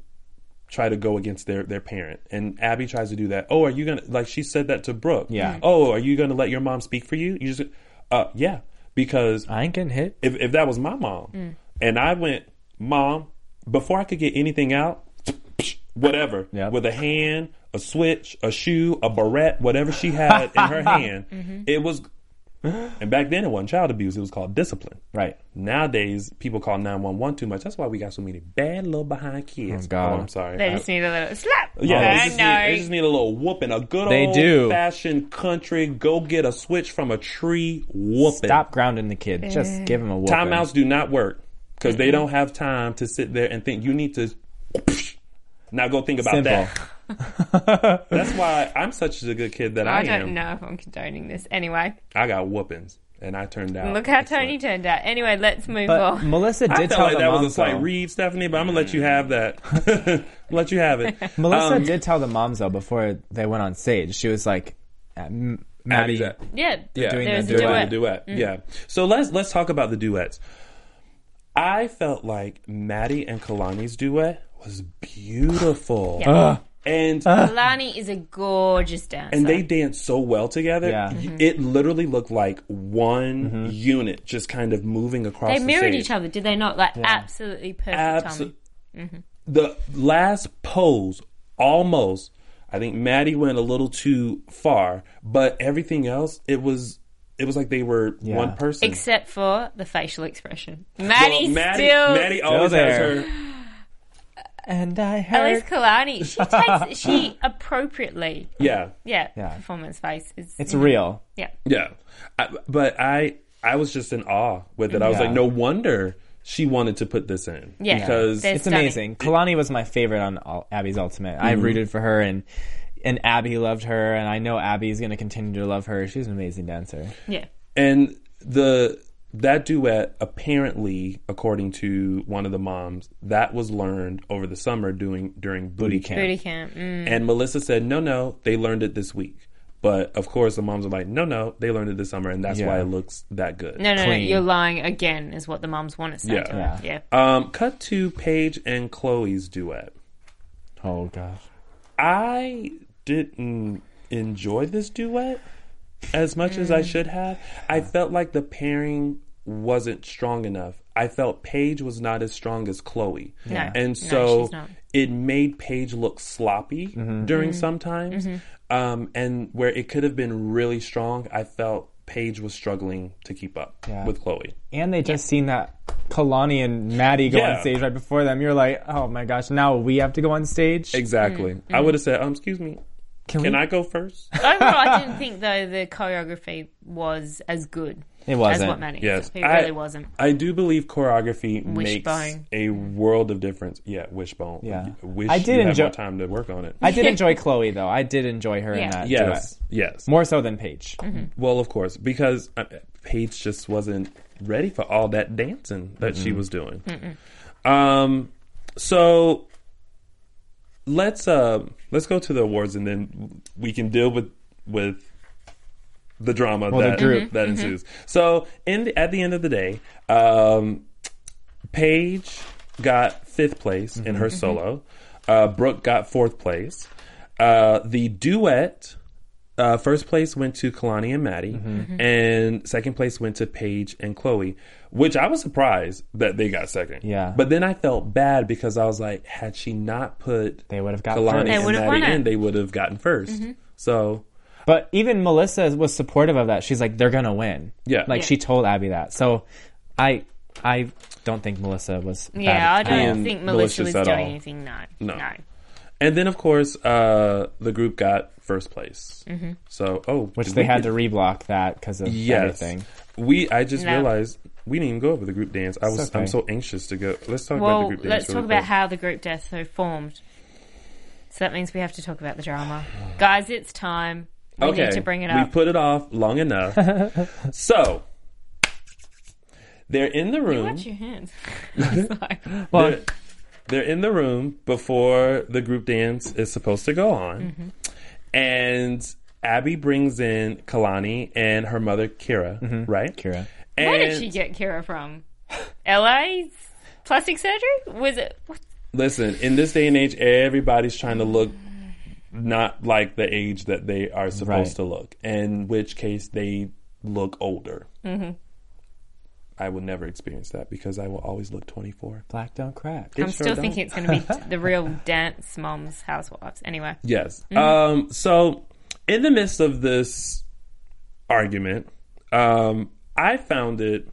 Speaker 3: try to go against their their parent. And Abby tries to do that. Oh, are you gonna like she said that to Brooke?
Speaker 2: Yeah. Mhm.
Speaker 3: Oh, are you gonna let your mom speak for you? You just uh yeah. Because
Speaker 2: I ain't getting hit.
Speaker 3: if if that was my mom
Speaker 4: Mm.
Speaker 3: and I went, Mom, before I could get anything out, whatever,
Speaker 2: Yep.
Speaker 3: with a hand, a switch, a shoe, a barrette, whatever she had
Speaker 4: [LAUGHS]
Speaker 3: in her hand,
Speaker 4: Mm-hmm.
Speaker 3: it was [GASPS] and back then it wasn't child abuse, it was called discipline.
Speaker 2: Right.
Speaker 3: Nowadays, people call 911 too much. That's why we got so many bad little behind kids.
Speaker 2: Oh, God.
Speaker 3: I'm sorry.
Speaker 4: They
Speaker 3: I-
Speaker 4: just need a little slap.
Speaker 3: uh, yeah,
Speaker 4: I
Speaker 3: they, just
Speaker 4: know.
Speaker 3: need, they just need a little whooping, a good
Speaker 2: They
Speaker 3: old
Speaker 2: do.
Speaker 3: fashioned country go get a switch from a tree whooping.
Speaker 2: Stop grounding the kid. Just give him a whooping.
Speaker 3: Timeouts do not work because they don't have time to sit there and think. You need to [LAUGHS] now go think about
Speaker 2: Simple.
Speaker 3: that. That's why I'm such a good kid that I,
Speaker 4: I don't
Speaker 3: am.
Speaker 4: know if I'm condoning this. Anyway,
Speaker 3: I got whoopings and I turned out.
Speaker 4: look how
Speaker 3: excellent.
Speaker 4: Tony turned out. Anyway, let's move
Speaker 2: But
Speaker 4: on.
Speaker 2: Melissa did
Speaker 3: I
Speaker 2: tell
Speaker 3: felt like
Speaker 2: the
Speaker 3: that
Speaker 2: mom
Speaker 3: was a slight
Speaker 2: though.
Speaker 3: read, Stephanie, but I'm gonna let you have that. I'll let you have it.
Speaker 2: Melissa
Speaker 3: Um,
Speaker 2: did tell the moms though before they went on stage. She was like, uh, M- "Maddie,
Speaker 3: Abby's at-
Speaker 4: Yeah,
Speaker 3: Yeah. doing
Speaker 4: there's
Speaker 2: that
Speaker 4: a
Speaker 2: duet.
Speaker 4: duet. Mm.
Speaker 3: the duet. Yeah. So let's let's talk about the duets. I felt like Maddie and Kalani's duet was beautiful.
Speaker 4: Yeah.
Speaker 3: And
Speaker 4: Lani is a gorgeous dancer.
Speaker 3: and they danced so well together.
Speaker 2: Yeah.
Speaker 4: Mm-hmm.
Speaker 2: Mm-hmm.
Speaker 3: Y- It literally looked like one unit just kind of moving across
Speaker 4: they
Speaker 3: the
Speaker 4: mirrored
Speaker 3: stage.
Speaker 4: each other, did they not? Like absolutely perfect
Speaker 3: Abso-
Speaker 4: timing. Mm-hmm.
Speaker 3: The last pose, almost. I think Maddie went a little too far, but everything else, it was it was like they were
Speaker 2: Yeah.
Speaker 3: one person.
Speaker 4: Except for the facial expression.
Speaker 3: Well,
Speaker 4: Maddie
Speaker 3: Maddie,
Speaker 4: still
Speaker 3: Maddie always has
Speaker 2: there.
Speaker 3: her
Speaker 2: and I
Speaker 4: at least
Speaker 2: heard."
Speaker 4: Kalani, she takes she appropriately
Speaker 3: yeah.
Speaker 4: yeah,
Speaker 2: Yeah.
Speaker 4: performance face is
Speaker 2: It's real.
Speaker 4: yeah.
Speaker 3: Yeah, I, but I I was just in awe with it. I was
Speaker 2: Yeah.
Speaker 3: like, no wonder she wanted to put this in.
Speaker 4: Yeah.
Speaker 3: because
Speaker 4: There's-
Speaker 2: It's
Speaker 4: stunning.
Speaker 2: amazing. Kalani was my favorite on all, Abby's Ultimate. I
Speaker 3: Mm-hmm.
Speaker 2: rooted for her and. And Abby loved her, and I know Abby's going to continue to love her. She's an amazing dancer.
Speaker 4: Yeah.
Speaker 3: and the that duet apparently, according to one of the moms, that was learned over the summer doing during booty camp.
Speaker 4: Booty camp. Mm.
Speaker 3: And Melissa said, no, no, they learned it this week. But of course, the moms are like, no, no, they learned it this summer, and that's
Speaker 2: Yeah.
Speaker 3: why it looks that good.
Speaker 4: No, no, no,
Speaker 2: Clean.
Speaker 4: you're lying again is what the mums want to say
Speaker 3: Yeah.
Speaker 4: to her. Yeah.
Speaker 3: Um, cut to Paige and Chloe's duet.
Speaker 2: Oh gosh,
Speaker 3: I didn't enjoy this duet as much as
Speaker 4: Mm.
Speaker 3: I should have. I felt like the pairing wasn't strong enough. I felt Paige was not as strong as Chloe.
Speaker 4: No, no,
Speaker 3: And so
Speaker 4: she's not. Mm-hmm.
Speaker 3: it made Paige look sloppy during sometimes. Um, and where it could have been really strong, I felt Paige was struggling to keep up
Speaker 2: Yeah.
Speaker 3: with Chloe.
Speaker 2: and they just seen that Kalani and Maddie go
Speaker 3: Yeah.
Speaker 2: on stage right before them. You're like, oh my gosh, now we have to go on stage.
Speaker 3: Exactly.
Speaker 4: Mm.
Speaker 3: I would have said, um, excuse me,
Speaker 2: Mm-hmm.
Speaker 3: can I go first?
Speaker 4: Overall, I didn't think though the choreography was as good
Speaker 2: It
Speaker 4: as
Speaker 2: wasn't.
Speaker 4: what Maddie.
Speaker 3: Yes,
Speaker 4: it
Speaker 3: I-
Speaker 4: really wasn't.
Speaker 3: I do believe choreography makes
Speaker 4: Wishbone.
Speaker 3: a world of difference. Yeah, wishbone.
Speaker 2: Yeah.
Speaker 3: wish
Speaker 2: I
Speaker 3: I
Speaker 2: did
Speaker 3: did you
Speaker 2: enjoy-
Speaker 3: had more time to work on it.
Speaker 2: I did enjoy Chloe though. I did enjoy her in
Speaker 4: Yeah.
Speaker 2: that
Speaker 3: yes,
Speaker 2: duet.
Speaker 3: yes.
Speaker 2: More so than Paige.
Speaker 3: Well, of course, because uh, Paige just wasn't ready for all that dancing that she was doing. Um, so let's uh, let's go to the awards, and then we can deal with with the drama
Speaker 2: the
Speaker 3: that
Speaker 2: group.
Speaker 3: that ensues. So, in the, at the end of the day, um, Paige got fifth place in
Speaker 2: Mm-hmm.
Speaker 3: her solo. Uh, Brooke got fourth place. Uh, the duet. Uh, first place went to Kalani and Maddie,
Speaker 2: Mm-hmm.
Speaker 4: Mm-hmm.
Speaker 3: and second place went to Paige and Chloe, which I was surprised that they got second.
Speaker 2: Yeah.
Speaker 3: But then I felt bad because I was like, had she not put
Speaker 2: They would have got
Speaker 3: Kalani
Speaker 2: first. They
Speaker 3: and
Speaker 4: would have won
Speaker 3: Maddie
Speaker 4: it. Mm-hmm.
Speaker 3: in, they would have gotten 1st So
Speaker 2: But even Melissa was supportive of that. She's like, they're gonna win.
Speaker 3: Yeah.
Speaker 2: Like
Speaker 3: Yeah.
Speaker 2: she told Abby that. So I I don't think Melissa was bad
Speaker 4: Yeah, I
Speaker 2: at all.
Speaker 4: don't
Speaker 3: all.
Speaker 4: think
Speaker 3: Um,
Speaker 4: Melissa was
Speaker 3: malicious at
Speaker 4: doing
Speaker 3: all.
Speaker 4: anything. No,
Speaker 3: No.
Speaker 4: no,
Speaker 3: And then, of course, uh, the group got first place.
Speaker 4: Mm-hmm.
Speaker 3: So, oh,
Speaker 2: Which
Speaker 3: did
Speaker 2: they
Speaker 3: we
Speaker 2: had
Speaker 3: get-
Speaker 2: to reblock that because of
Speaker 3: Yes,
Speaker 2: everything.
Speaker 3: we. I just
Speaker 4: No.
Speaker 3: realized we didn't even go over the group dance. I was.
Speaker 2: okay.
Speaker 3: I'm so anxious to go. Let's talk about the
Speaker 4: Well,
Speaker 3: group dance.
Speaker 4: let's talk
Speaker 3: really
Speaker 4: about
Speaker 3: quick.
Speaker 4: how the group death so formed. So that means we have to talk about the drama, guys. It's time. We need to bring it
Speaker 3: We
Speaker 4: up.
Speaker 3: put it off long enough.
Speaker 2: [LAUGHS]
Speaker 3: so they're in the room.
Speaker 4: Watch your
Speaker 2: [LAUGHS]
Speaker 4: hands. [LAUGHS] Sorry.
Speaker 3: They're, they're in the room before the group dance is supposed to go on,
Speaker 4: Mm-hmm.
Speaker 3: and Abby brings in Kalani and her mother Kira. Right,
Speaker 2: Mm-hmm. Kira.
Speaker 3: And
Speaker 4: Where did she get Kira from? LA's plastic surgery? Was it? What?
Speaker 3: Listen, in this day and age, everybody's trying to look not like the age that they are supposed
Speaker 2: Right.
Speaker 3: to look, in which case they look older. I will never experience that because I will always look 24.
Speaker 2: Black don't crack.
Speaker 3: It
Speaker 4: I'm
Speaker 3: sure
Speaker 4: still
Speaker 3: don't.
Speaker 4: thinking it's going to be
Speaker 3: [LAUGHS]
Speaker 4: t- the real dance moms, housewives. Anyway,
Speaker 3: Yes.
Speaker 2: Mm-hmm.
Speaker 3: Um, so, in the midst of this argument, um, I found it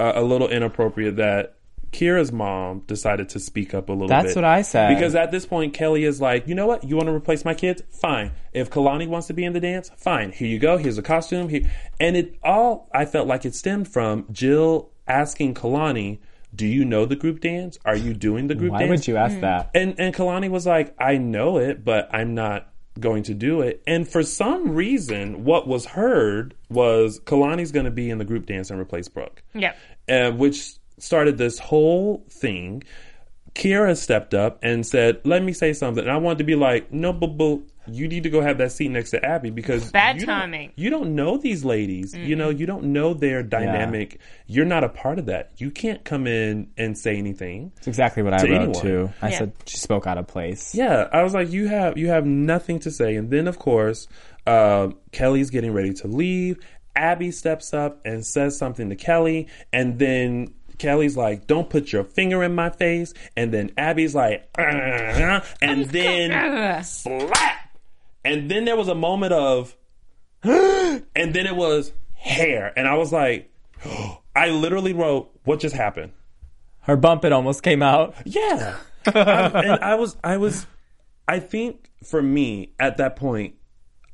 Speaker 3: uh, a little inappropriate that Kira's mom decided to speak up a little bit.
Speaker 2: That's what I said.
Speaker 3: Because at this point, Kelly is like, you know what? You want to replace my kids? Fine. If Kalani wants to be in the dance, fine. Here you go. Here's a costume. Here. And it all, I felt like it stemmed from Jill asking Kalani, do you know the group dance? Are you doing the group
Speaker 2: Why
Speaker 3: dance?
Speaker 2: would you
Speaker 4: Mm.
Speaker 2: ask that?
Speaker 3: And and Kalani was like, I know it, but I'm not going to do it. And for some reason, what was heard was Kalani's going to be in the group dance and replace Brooke.
Speaker 2: [LAUGHS]
Speaker 4: Yep.
Speaker 3: Uh, which started this whole thing. Kira stepped up and said, "Let me say something." And I wanted to be like, "No, boo, boo. You need to go have that seat next to Abby because
Speaker 4: Bad
Speaker 3: you
Speaker 4: timing. Mm-hmm.
Speaker 3: Don't, you don't know these ladies. You know, you don't know their dynamic. You're not a part of that. You can't come in and say anything."
Speaker 2: It's exactly what I
Speaker 3: To
Speaker 2: wrote
Speaker 3: anyone.
Speaker 2: too. I
Speaker 4: Yeah.
Speaker 2: said she spoke out of place.
Speaker 3: Yeah, I was like, you have you have nothing to say. And then of course, um, Kelly's getting ready to leave. Abby steps up and says something to Kelly, and then Kelly's like, "Don't put your finger in my face." And then Abby's like, "Uh-uh," and then slap. And then there was a moment of, [GASPS] and then it was hair, and I was like, [GASPS] I literally wrote, "What just happened?"
Speaker 2: Her bump it almost came out.
Speaker 3: Yeah. I, and I was, I was, I think for me at that point,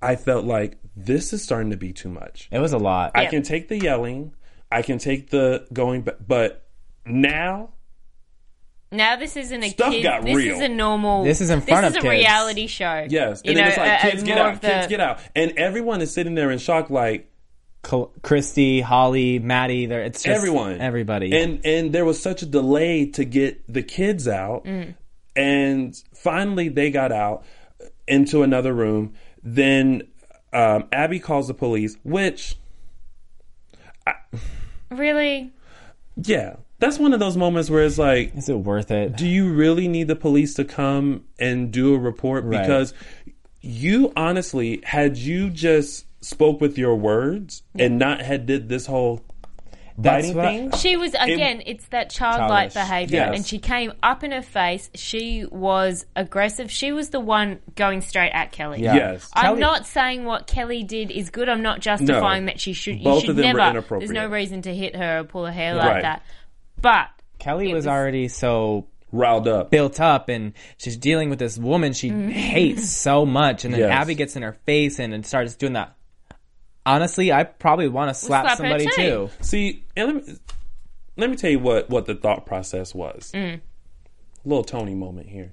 Speaker 3: I felt like this is starting to be too much.
Speaker 2: It was a lot.
Speaker 3: I can take the yelling, I can take the going, but, but now,
Speaker 4: Now this isn't a
Speaker 3: Stuff
Speaker 4: kid.
Speaker 3: got
Speaker 4: This
Speaker 3: real.
Speaker 4: is a normal.
Speaker 2: This is in front
Speaker 4: This
Speaker 2: of
Speaker 4: is a
Speaker 2: kids.
Speaker 4: reality show.
Speaker 3: yes.
Speaker 4: You
Speaker 3: And then
Speaker 4: know,
Speaker 3: it's like,
Speaker 4: a- a
Speaker 3: kids get
Speaker 4: more of
Speaker 3: out, kids
Speaker 4: the-
Speaker 3: get out. And everyone is sitting there in shock, like,
Speaker 2: Col- Christy, Holly, Maddie, there it's just
Speaker 3: everyone,
Speaker 2: everybody.
Speaker 3: and and there was such a delay to get the kids out,
Speaker 4: Mm.
Speaker 3: and finally they got out into another room. Then um, Abby calls the police, which
Speaker 4: Really?
Speaker 3: yeah, that's one of those moments where it's like,
Speaker 2: is it worth it?
Speaker 3: do you really need the police to come and do a report
Speaker 2: Right.
Speaker 3: because you honestly had you just spoke with your words and not had did this whole
Speaker 2: That's
Speaker 3: biting
Speaker 2: what I-
Speaker 3: thing.
Speaker 4: She was again. it's that childlike
Speaker 2: Childish.
Speaker 4: behavior,
Speaker 3: Yes.
Speaker 4: and she came up in her face. She was aggressive. She was the one going straight at Kelly.
Speaker 2: Yeah.
Speaker 3: Yes.
Speaker 4: I'm
Speaker 2: Kelly-
Speaker 4: not saying what Kelly did is good. I'm not justifying that she should. You
Speaker 3: Both
Speaker 4: should
Speaker 3: of them were
Speaker 4: never.
Speaker 3: inappropriate.
Speaker 4: There's no reason to hit her or pull her hair
Speaker 3: Right.
Speaker 4: like that. But
Speaker 2: Kelly
Speaker 4: It
Speaker 2: was,
Speaker 4: was-
Speaker 2: already so
Speaker 3: riled up.
Speaker 2: built up and she's dealing with this woman she
Speaker 4: Mm-hmm.
Speaker 2: hates so much and then
Speaker 3: Yes.
Speaker 2: Abby gets in her face and, and starts doing that. Honestly, I probably want to slap,
Speaker 4: slap her
Speaker 2: somebody
Speaker 4: too.
Speaker 2: too.
Speaker 3: See, and let me, let me tell you what, what the thought process was. Little Tony moment here.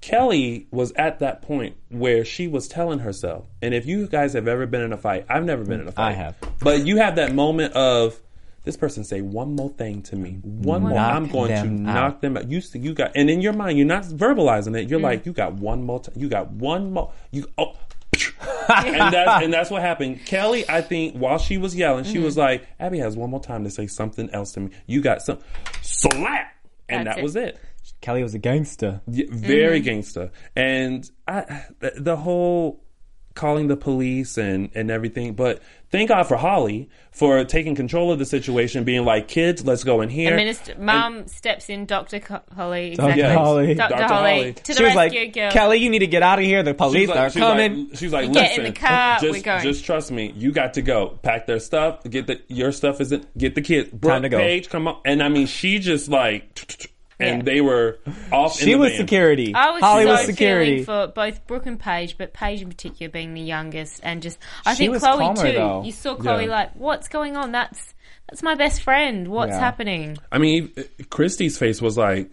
Speaker 3: Kelly was at that point where she was telling herself, and if you guys have ever been in a fight, I've never been in a
Speaker 2: I
Speaker 3: fight.
Speaker 2: have.
Speaker 3: But you have that moment of this person say one more thing to me, one more,
Speaker 2: Knock
Speaker 3: I'm going to
Speaker 2: them
Speaker 3: knock
Speaker 2: out.
Speaker 3: them out. You see, you got, and in your mind, you're not verbalizing it.
Speaker 4: Mm.
Speaker 3: You're like, you got one more, ti- you got one more, you oh. [LAUGHS] and that's and that's what happened. Kelly, I think, while she was yelling,
Speaker 4: Mm-hmm.
Speaker 3: she was like, "Abby has one more time to say something else to me. You got some slap," and
Speaker 4: That's it.
Speaker 3: that
Speaker 4: Mm-hmm.
Speaker 3: was it.
Speaker 2: Kelly was a gangster.
Speaker 3: Yeah, very gangster. And I, the, the whole calling the police and, and everything. But thank God for Holly for taking control of the situation, being like, kids, let's go in here.
Speaker 4: the minister, mum steps in. Dr. Co- Holly.
Speaker 2: Dr.
Speaker 4: Exactly.
Speaker 2: Holly.
Speaker 4: Dr.
Speaker 3: Dr.
Speaker 4: Holly.
Speaker 3: Holly.
Speaker 4: To the
Speaker 2: She was like,
Speaker 4: rescue, girl.
Speaker 2: Kelly, you need to get out of here. The
Speaker 3: She's
Speaker 2: police
Speaker 3: like-
Speaker 2: are
Speaker 3: she's like-
Speaker 2: coming.
Speaker 3: she's like,
Speaker 4: Get in
Speaker 3: listen,
Speaker 4: the car,
Speaker 3: just,
Speaker 4: we're going."
Speaker 3: just trust me. You got to go. Pack their stuff. Get the your stuff isn't. Get the kids. Brooke,
Speaker 2: to go.
Speaker 3: Paige, come on. And I mean, she just like, and
Speaker 4: Yeah.
Speaker 3: they were off. in
Speaker 2: she
Speaker 3: the
Speaker 2: was
Speaker 3: van.
Speaker 2: security.
Speaker 4: I was
Speaker 2: Holly
Speaker 4: so
Speaker 2: was
Speaker 4: security.
Speaker 2: security.
Speaker 4: for both Brooke and Paige, but Paige in particular being the youngest, and just I
Speaker 2: She
Speaker 4: think
Speaker 2: was
Speaker 4: Chloe
Speaker 2: calmer,
Speaker 4: too.
Speaker 2: though.
Speaker 4: You saw Chloe
Speaker 3: Yeah.
Speaker 4: like, "What's going on? That's that's my best friend. What's
Speaker 2: Yeah.
Speaker 4: happening?"
Speaker 3: I mean, Christy's face was like,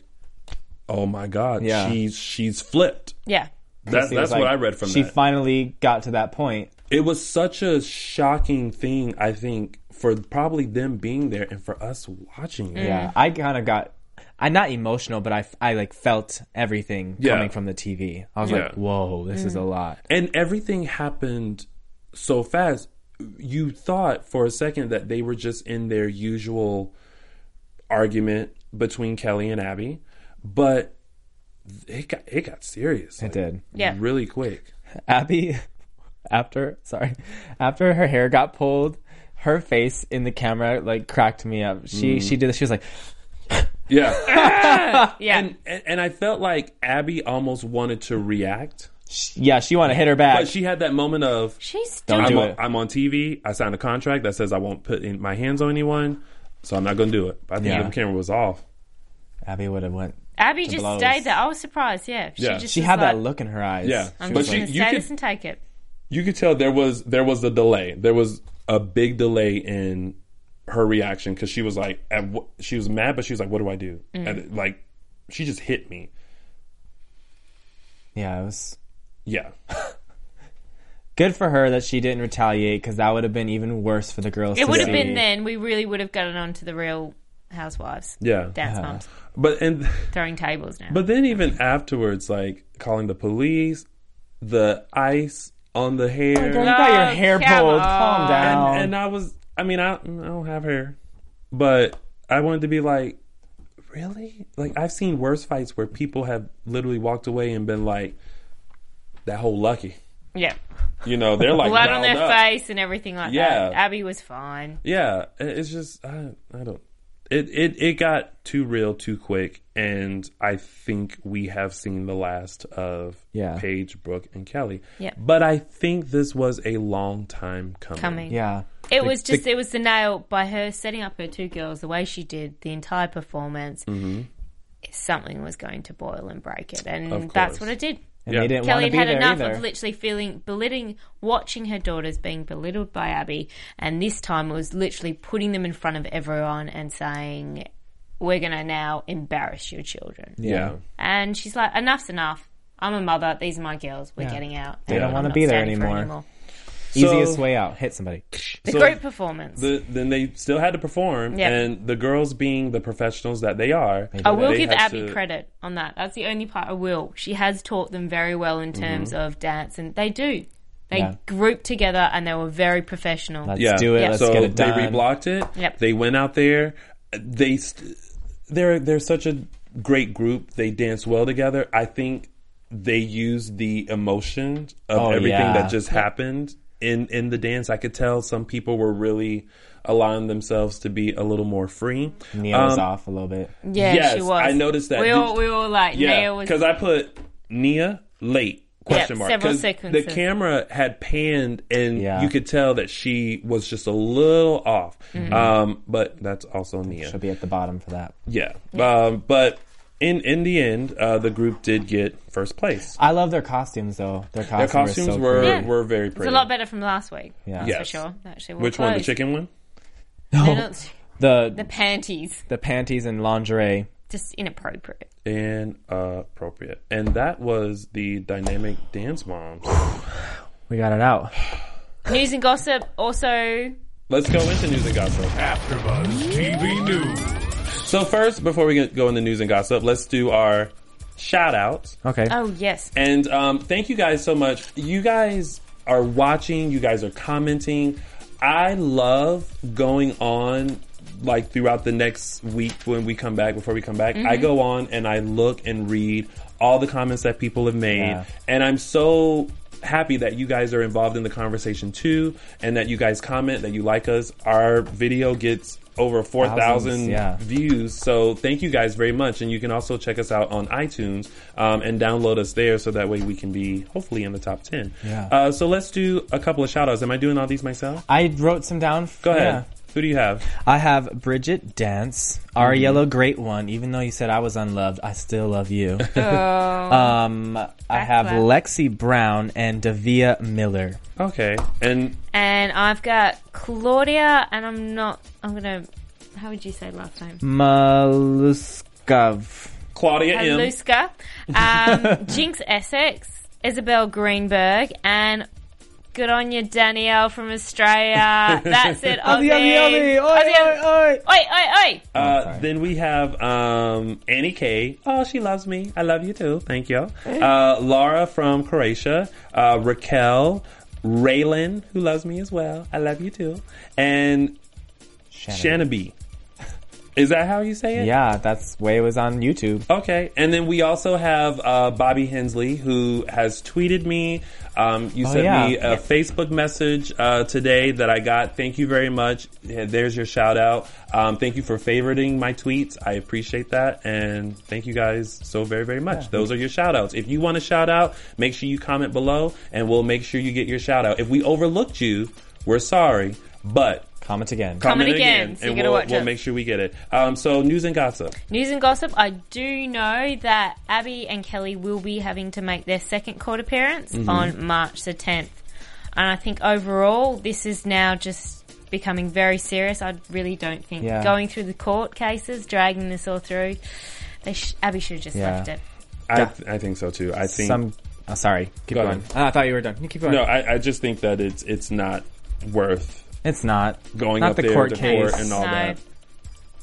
Speaker 3: oh my god,
Speaker 2: Yeah.
Speaker 3: she's she's flipped.
Speaker 4: Yeah,
Speaker 3: That's,
Speaker 2: It was
Speaker 3: that's what
Speaker 2: like,
Speaker 3: I read from
Speaker 2: She
Speaker 3: that.
Speaker 2: finally got to that point.
Speaker 3: it was such a shocking thing, I think, for probably them being there and for us watching it.
Speaker 2: Yeah, I kind of got. I'm not emotional, but I, f- I, like felt everything
Speaker 3: Yeah.
Speaker 2: coming from the TV. I was
Speaker 3: Yeah.
Speaker 2: like, "Whoa, this
Speaker 4: Mm.
Speaker 2: is a lot."
Speaker 3: And everything happened so fast. You thought for a second that they were just in their usual argument between Kelly and Abby, but it got it got serious. It
Speaker 2: did.
Speaker 4: Yeah.
Speaker 3: really quick.
Speaker 2: Abby, after sorry, after her hair got pulled, her face in the camera like cracked me up. She
Speaker 3: Mm.
Speaker 2: she did. She was like,
Speaker 3: Yeah,
Speaker 4: [LAUGHS] Yeah.
Speaker 3: and, and and I felt like Abby almost wanted to react,
Speaker 2: yeah, she want to hit her back.
Speaker 3: but she had that moment of
Speaker 4: She's still
Speaker 2: Don't
Speaker 3: I'm
Speaker 2: do
Speaker 3: on,
Speaker 2: it.
Speaker 3: I'm on TV. I signed a contract that says I won't put in my hands on anyone, so I'm not going to do it. But I think
Speaker 2: Yeah.
Speaker 3: the camera was off.
Speaker 2: Abby would have went.
Speaker 4: Abby just
Speaker 2: blows.
Speaker 4: stayed there. I was surprised. Yeah, she
Speaker 3: Yeah.
Speaker 4: just
Speaker 2: She
Speaker 4: was
Speaker 2: had that
Speaker 4: like,
Speaker 2: look in her eyes.
Speaker 3: Yeah.
Speaker 4: I'm
Speaker 3: But
Speaker 4: just
Speaker 3: she-
Speaker 4: gonna
Speaker 3: you
Speaker 4: say
Speaker 3: could-
Speaker 4: this and take it.
Speaker 3: You could tell there was there was a delay. There was a big delay in her reaction because she was like, at wh- she was mad, but she was like, "What do I do?" And, like, she just hit me.
Speaker 2: yeah, it was
Speaker 3: Yeah, [LAUGHS]
Speaker 2: good for her that she didn't retaliate because that would have been even worse for the girls.
Speaker 4: It
Speaker 2: to
Speaker 4: would have
Speaker 2: see.
Speaker 4: been then. We really would have gotten on to the real housewives,
Speaker 3: yeah.
Speaker 4: dance moms,
Speaker 3: But and
Speaker 4: throwing tables now.
Speaker 3: but then even afterwards, like calling the police, the ice on the hair.
Speaker 2: Girl, you got your
Speaker 4: Oh,
Speaker 2: hair
Speaker 4: come
Speaker 2: pulled.
Speaker 4: on.
Speaker 2: Calm down.
Speaker 3: and, and I was, I mean, I, I don't have hair, but I wanted to be like, really? Like, I've seen worse fights where people have literally walked away and been like, that whole lucky.
Speaker 4: yeah,
Speaker 3: You know, they're like,
Speaker 4: blood on
Speaker 3: riled
Speaker 4: their
Speaker 3: up.
Speaker 4: face and everything like
Speaker 3: Yeah.
Speaker 4: that. Abby was fine.
Speaker 3: Yeah. and It's just, I, I don't, it, it, it got too real too quick. And I think we have seen the last of
Speaker 2: Yeah.
Speaker 3: Paige, Brooke, and Kelly.
Speaker 4: Yeah.
Speaker 3: But I think this was a long time coming.
Speaker 4: Coming,
Speaker 2: yeah,
Speaker 4: It was just it was the nail by her setting up her two girls the way she did the entire performance. Something was going to boil and break it, and
Speaker 3: Of
Speaker 4: that's
Speaker 3: course.
Speaker 4: what it did.
Speaker 2: and
Speaker 3: Yeah.
Speaker 2: they didn't
Speaker 4: Kelly
Speaker 2: want to
Speaker 4: had
Speaker 2: be
Speaker 4: had
Speaker 2: there
Speaker 4: enough
Speaker 2: either.
Speaker 4: of literally feeling belittling, watching her daughters being belittled by Abby, and this time it was literally putting them in front of everyone and saying, "We're going to now embarrass your children."
Speaker 3: Yeah.
Speaker 4: And she's like, "Enough's enough. I'm a mother. These are my girls. We're getting out. They
Speaker 2: don't wanna be there anymore." Easiest
Speaker 3: So-
Speaker 2: way out: hit somebody.
Speaker 4: The
Speaker 3: So-
Speaker 4: group performance.
Speaker 3: the, then they still had to perform,
Speaker 4: Yeah.
Speaker 3: and the girls being the professionals that they are,
Speaker 4: I will
Speaker 3: they
Speaker 4: give
Speaker 3: had
Speaker 4: Abby
Speaker 3: to-
Speaker 4: credit on that. That's the only part I will. She has taught them very well in
Speaker 3: Mm-hmm.
Speaker 4: terms of dance, and they do. They
Speaker 2: Yeah.
Speaker 4: grouped together and they were very professional.
Speaker 2: Let's
Speaker 3: Yeah,
Speaker 2: do it.
Speaker 4: Yeah.
Speaker 2: Let's
Speaker 3: so
Speaker 2: get it done.
Speaker 3: they reblocked it.
Speaker 4: Yep.
Speaker 3: They went out there. They st- they're they're such a great group. They dance well together. I think they used the emotion of
Speaker 2: Oh,
Speaker 3: everything
Speaker 2: yeah.
Speaker 3: that just happened in in the dance. I could tell some people were really allowing themselves to be a little more free.
Speaker 2: Neo's
Speaker 3: Um,
Speaker 2: off a little bit.
Speaker 4: yeah,
Speaker 3: yes,
Speaker 4: she was.
Speaker 3: I noticed that.
Speaker 4: We
Speaker 3: Did-
Speaker 4: all, we all like, yeah,
Speaker 3: Yeah,
Speaker 4: Nia was.
Speaker 3: because I put Nia late question mark
Speaker 4: several
Speaker 3: 'cause the
Speaker 4: sequences.
Speaker 3: camera had panned and
Speaker 2: Yeah.
Speaker 3: you could tell that she was just a little off.
Speaker 4: Mm-hmm.
Speaker 3: Um, but that's also Nia.
Speaker 2: She'll be at the bottom for that.
Speaker 3: Yeah, Um, but in in the end, uh, the group did get first place.
Speaker 2: I love their costumes though. Their costumes,
Speaker 3: Their costumes
Speaker 2: are so
Speaker 3: were
Speaker 2: cool.
Speaker 4: Yeah.
Speaker 3: were very pretty.
Speaker 4: it's a lot better from last week.
Speaker 2: Yeah.
Speaker 4: That's
Speaker 3: Yes.
Speaker 4: for sure. Actually,
Speaker 3: Which one? The chicken one?
Speaker 2: [LAUGHS]
Speaker 4: No.
Speaker 2: the
Speaker 4: The panties.
Speaker 2: the panties and lingerie.
Speaker 4: Just inappropriate.
Speaker 3: Inappropriate. And that was the dynamic dance mom.
Speaker 2: We got it out.
Speaker 4: News and gossip also.
Speaker 3: Let's go into news and gossip.
Speaker 6: AfterBuzz TV News.
Speaker 3: So first, before we get, go into news and gossip, let's do our shout outs.
Speaker 2: Okay.
Speaker 4: Oh,
Speaker 3: [LAUGHS]
Speaker 4: yes.
Speaker 3: And um, thank you guys so much. You guys are watching, you guys are commenting. I love going on like throughout the next week when we come back, before we come back.
Speaker 2: Mm-hmm.
Speaker 3: I go on and I look and read all the comments that people have made.
Speaker 2: Yeah.
Speaker 3: And I'm so happy that you guys are involved in the conversation too and that you guys comment, that you like us. Our video gets over 4,000
Speaker 2: Thousands, yeah.
Speaker 3: views. So thank you guys very much. And you can also check us out on iTunes um, and download us there so that way we can be hopefully in the top 10.
Speaker 2: Yeah.
Speaker 3: Uh, so let's do a couple of shout outs. Am I doing all these myself?
Speaker 2: I wrote some down.
Speaker 3: Go ahead. Who do you have?
Speaker 2: I have Bridget Dance, our yellow great one. Even though you said I was unloved, I still love you.
Speaker 3: Uh,
Speaker 4: Oh.
Speaker 2: um, I have
Speaker 4: clap.
Speaker 2: Lexi Brown and Davia Miller.
Speaker 3: Okay. And
Speaker 4: And I've got Claudia, and I'm not. I'm gonna. How would you say last name?
Speaker 2: Maluskov.
Speaker 3: Claudia M.
Speaker 4: Aluska,
Speaker 2: [LAUGHS]
Speaker 4: um, Jinx Essex, Isabel Greenberg, and good on you, Danielle from
Speaker 2: [LAUGHS]
Speaker 4: Australia. That's it. Aussie,
Speaker 2: Ozzy, Ozzy, oi, oi, oi.
Speaker 4: oi, oi, oi.
Speaker 3: Uh, then we have um, Annie K. Oh, she loves me. I love you too. Thank you. Uh, Laura from Croatia. Uh, Raquel. Raylan, who loves me as well. I love you too. And
Speaker 2: Shannon.
Speaker 3: Shanna B. Is that how you say it?
Speaker 2: Yeah, that's way it was on YouTube.
Speaker 3: Okay, and then we also have uh, Bobby Hensley who has tweeted me. Um, you sent
Speaker 2: Oh, yeah.
Speaker 3: me a
Speaker 2: Yeah.
Speaker 3: Facebook message uh, today that I got. Thank you very much. Yeah, there's your shout out. Um, thank you for favoriting my tweets. I appreciate that, and thank you guys so very very much. Those are your shout outs. If you want a shout out, make sure you comment below, and we'll make sure you get your shout out. If we overlooked you, we're sorry, but.
Speaker 2: Comment again.
Speaker 4: Comment again, so you
Speaker 3: and
Speaker 4: gotta
Speaker 3: we'll,
Speaker 4: watch
Speaker 3: we'll
Speaker 4: it.
Speaker 3: make sure we get it. Um, so news and gossip.
Speaker 4: News and gossip. I do know that Abby and Kelly will be having to make their second court appearance
Speaker 2: Mm-hmm.
Speaker 4: on March the 10th. And I think overall, this is now just becoming very serious. I really don't think
Speaker 2: Yeah.
Speaker 4: going through the court cases, dragging this all through, they sh- Abby should have just
Speaker 2: Yeah.
Speaker 4: left it.
Speaker 3: I, th- I think so too. I think
Speaker 2: Some. Oh, sorry. Keep
Speaker 3: Go
Speaker 2: going.
Speaker 3: ahead.
Speaker 2: Ah, I thought you were done. You keep going.
Speaker 3: no. I, I just think that it's it's not worth
Speaker 2: it's not
Speaker 3: going
Speaker 2: Not
Speaker 3: up
Speaker 2: the
Speaker 3: there
Speaker 2: court
Speaker 3: to
Speaker 2: case.
Speaker 3: court and all
Speaker 4: No.
Speaker 3: that.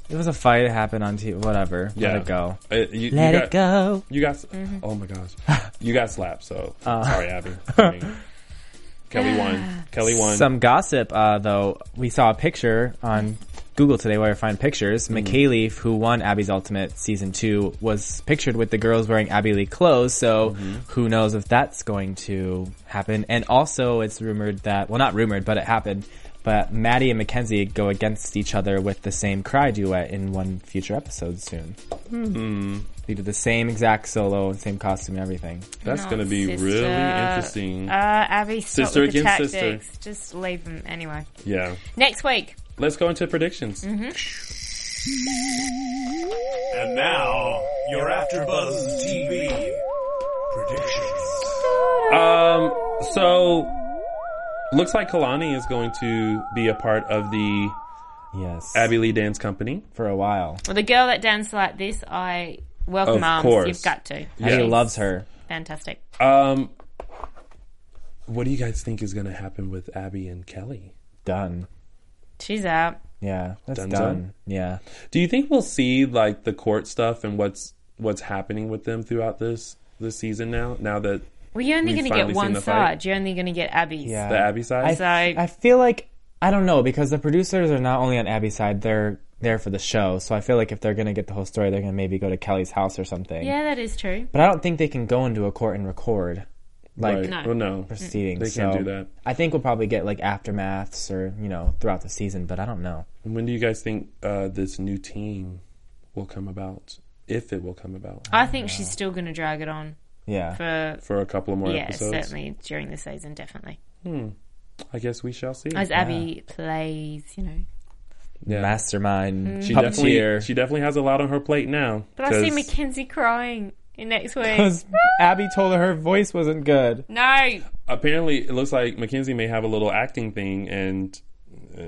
Speaker 2: It was a fight. It happened on TV. Whatever.
Speaker 3: Yeah,
Speaker 2: Let it go.
Speaker 3: Uh, you, you
Speaker 2: Let
Speaker 3: got,
Speaker 2: it go.
Speaker 3: You got.
Speaker 4: Mm-hmm.
Speaker 3: Oh my gosh, you got
Speaker 2: [LAUGHS]
Speaker 3: slapped. So
Speaker 2: Uh.
Speaker 3: sorry, Abby.
Speaker 4: [LAUGHS]
Speaker 3: I mean, Kelly won. Kelly won.
Speaker 2: Some gossip, uh, though. We saw a picture on Google today where I find pictures. McCalef, who won Abby's Ultimate Season 2, was pictured with the girls wearing Abby Lee clothes. So who knows if that's going to happen. And also, it's rumored that, well, not rumored, but it happened. But Maddie and Mackenzie go against each other with the same cry duet in one future episode soon. Hmm. They did the same exact solo and same costume and everything.
Speaker 3: That's
Speaker 4: Not
Speaker 3: going to be
Speaker 4: sister.
Speaker 3: really interesting.
Speaker 4: Uh, Abby, stop
Speaker 3: Sister
Speaker 4: with the
Speaker 3: against sister.
Speaker 4: tactics. Just leave them anyway.
Speaker 3: yeah.
Speaker 4: Next week,
Speaker 3: Let's go into predictions.
Speaker 4: Mm-hmm.
Speaker 6: And now, your AfterBuzz TV predictions.
Speaker 3: Um. So, looks like Kalani is going to be a part of the
Speaker 2: Yes.
Speaker 3: Abby Lee Dance Company.
Speaker 2: for a while.
Speaker 4: well, the girl that dances like this, I welcome
Speaker 3: Of
Speaker 4: arms.
Speaker 3: course.
Speaker 4: You've got to.
Speaker 3: Yeah.
Speaker 2: Abby
Speaker 4: She's
Speaker 2: loves her.
Speaker 4: Fantastic.
Speaker 3: Um, what do you guys think is going to happen with Abby and Kelly?
Speaker 2: Done.
Speaker 4: She's out.
Speaker 2: Yeah, that's
Speaker 3: Dunzo?
Speaker 2: done. Yeah,
Speaker 3: Do you think we'll see like the court stuff and what's what's happening with them throughout this this season now? Now that
Speaker 4: Well, you're only
Speaker 3: We've
Speaker 4: going to get
Speaker 3: finally seen
Speaker 4: one
Speaker 3: the fight.
Speaker 4: side. You're only going to get Abby's.
Speaker 2: yeah.
Speaker 3: the Abby
Speaker 2: Uh, I,
Speaker 3: side,
Speaker 4: side.
Speaker 2: I feel like I don't know because the producers are not only on Abby's side; they're there for the show. So I feel like if they're gonna get the whole story, they're gonna maybe go to Kelly's house or something.
Speaker 4: Yeah, that is true.
Speaker 2: But I don't think they can go into a court and record like
Speaker 3: right?
Speaker 4: No. Mm.
Speaker 3: Well, oh, no,
Speaker 2: proceedings.
Speaker 3: they can't
Speaker 2: So
Speaker 3: do that.
Speaker 2: I think we'll probably get like aftermaths or you know throughout the season, but I don't know.
Speaker 3: And when do you guys think uh, this new team will come about? If it will come about
Speaker 4: I think she's still going to drag it on
Speaker 2: Yeah,
Speaker 4: for,
Speaker 3: for a couple of more
Speaker 4: yeah,
Speaker 3: episodes,
Speaker 4: certainly during the season, definitely.
Speaker 3: I guess we shall see.
Speaker 4: As Abby plays, you know.
Speaker 3: Yeah.
Speaker 4: Mm-hmm.
Speaker 2: mastermind,
Speaker 3: she definitely
Speaker 2: puppeteer.
Speaker 3: she definitely has a lot on her plate now.
Speaker 4: But I see
Speaker 3: 'cause-
Speaker 4: Mackenzie crying in next
Speaker 3: [LAUGHS]
Speaker 4: week.
Speaker 2: Because [LAUGHS] Abby told her her voice wasn't good.
Speaker 4: No,
Speaker 3: apparently it looks like Mackenzie may have a little acting thing and uh,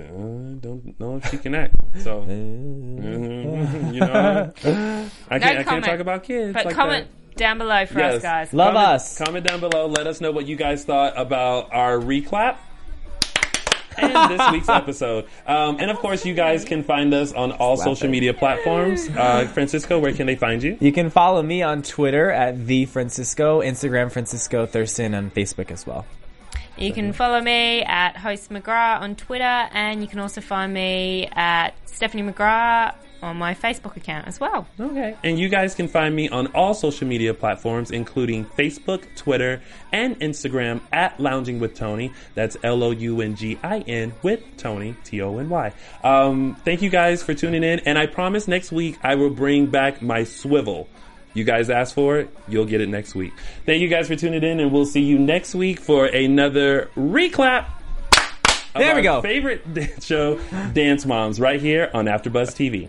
Speaker 3: don't know if she can act. So
Speaker 2: [LAUGHS]
Speaker 3: Mm-hmm. you know, I can't, I can't
Speaker 4: comment.
Speaker 3: talk about kids.
Speaker 4: but
Speaker 3: like
Speaker 4: comment down below for
Speaker 3: that.
Speaker 4: us guys.
Speaker 2: Love
Speaker 3: Comment-
Speaker 2: us.
Speaker 3: Comment down below. Let us know what you guys thought about our reclap.
Speaker 4: [LAUGHS]
Speaker 3: and this week's episode. Um, and of course, you guys can find us on all
Speaker 2: Slap
Speaker 3: social
Speaker 2: it.
Speaker 3: media platforms. Uh, Francisco, where can they find you?
Speaker 2: You can follow me on Twitter at the Francisco, Instagram Francisco Thurston, and Facebook as well.
Speaker 4: You can follow me at host McGrath on Twitter, and you can also find me at Stephanie McGrath on my Facebook account as well.
Speaker 3: Okay. And you guys can find me on all social media platforms, including Facebook, Twitter, and Instagram at Lounging with Tony. That's L O U N G I N with Tony, T O N Y. Um, thank you guys for tuning in. And I promise next week I will bring back my swivel. You guys asked for it, you'll get it next week. Thank you guys for tuning in, and we'll see you next week for another reclap. of
Speaker 2: There we
Speaker 3: our
Speaker 2: go.
Speaker 3: Favorite [LAUGHS] dance show, Dance Moms, right here on AfterBuzz TV.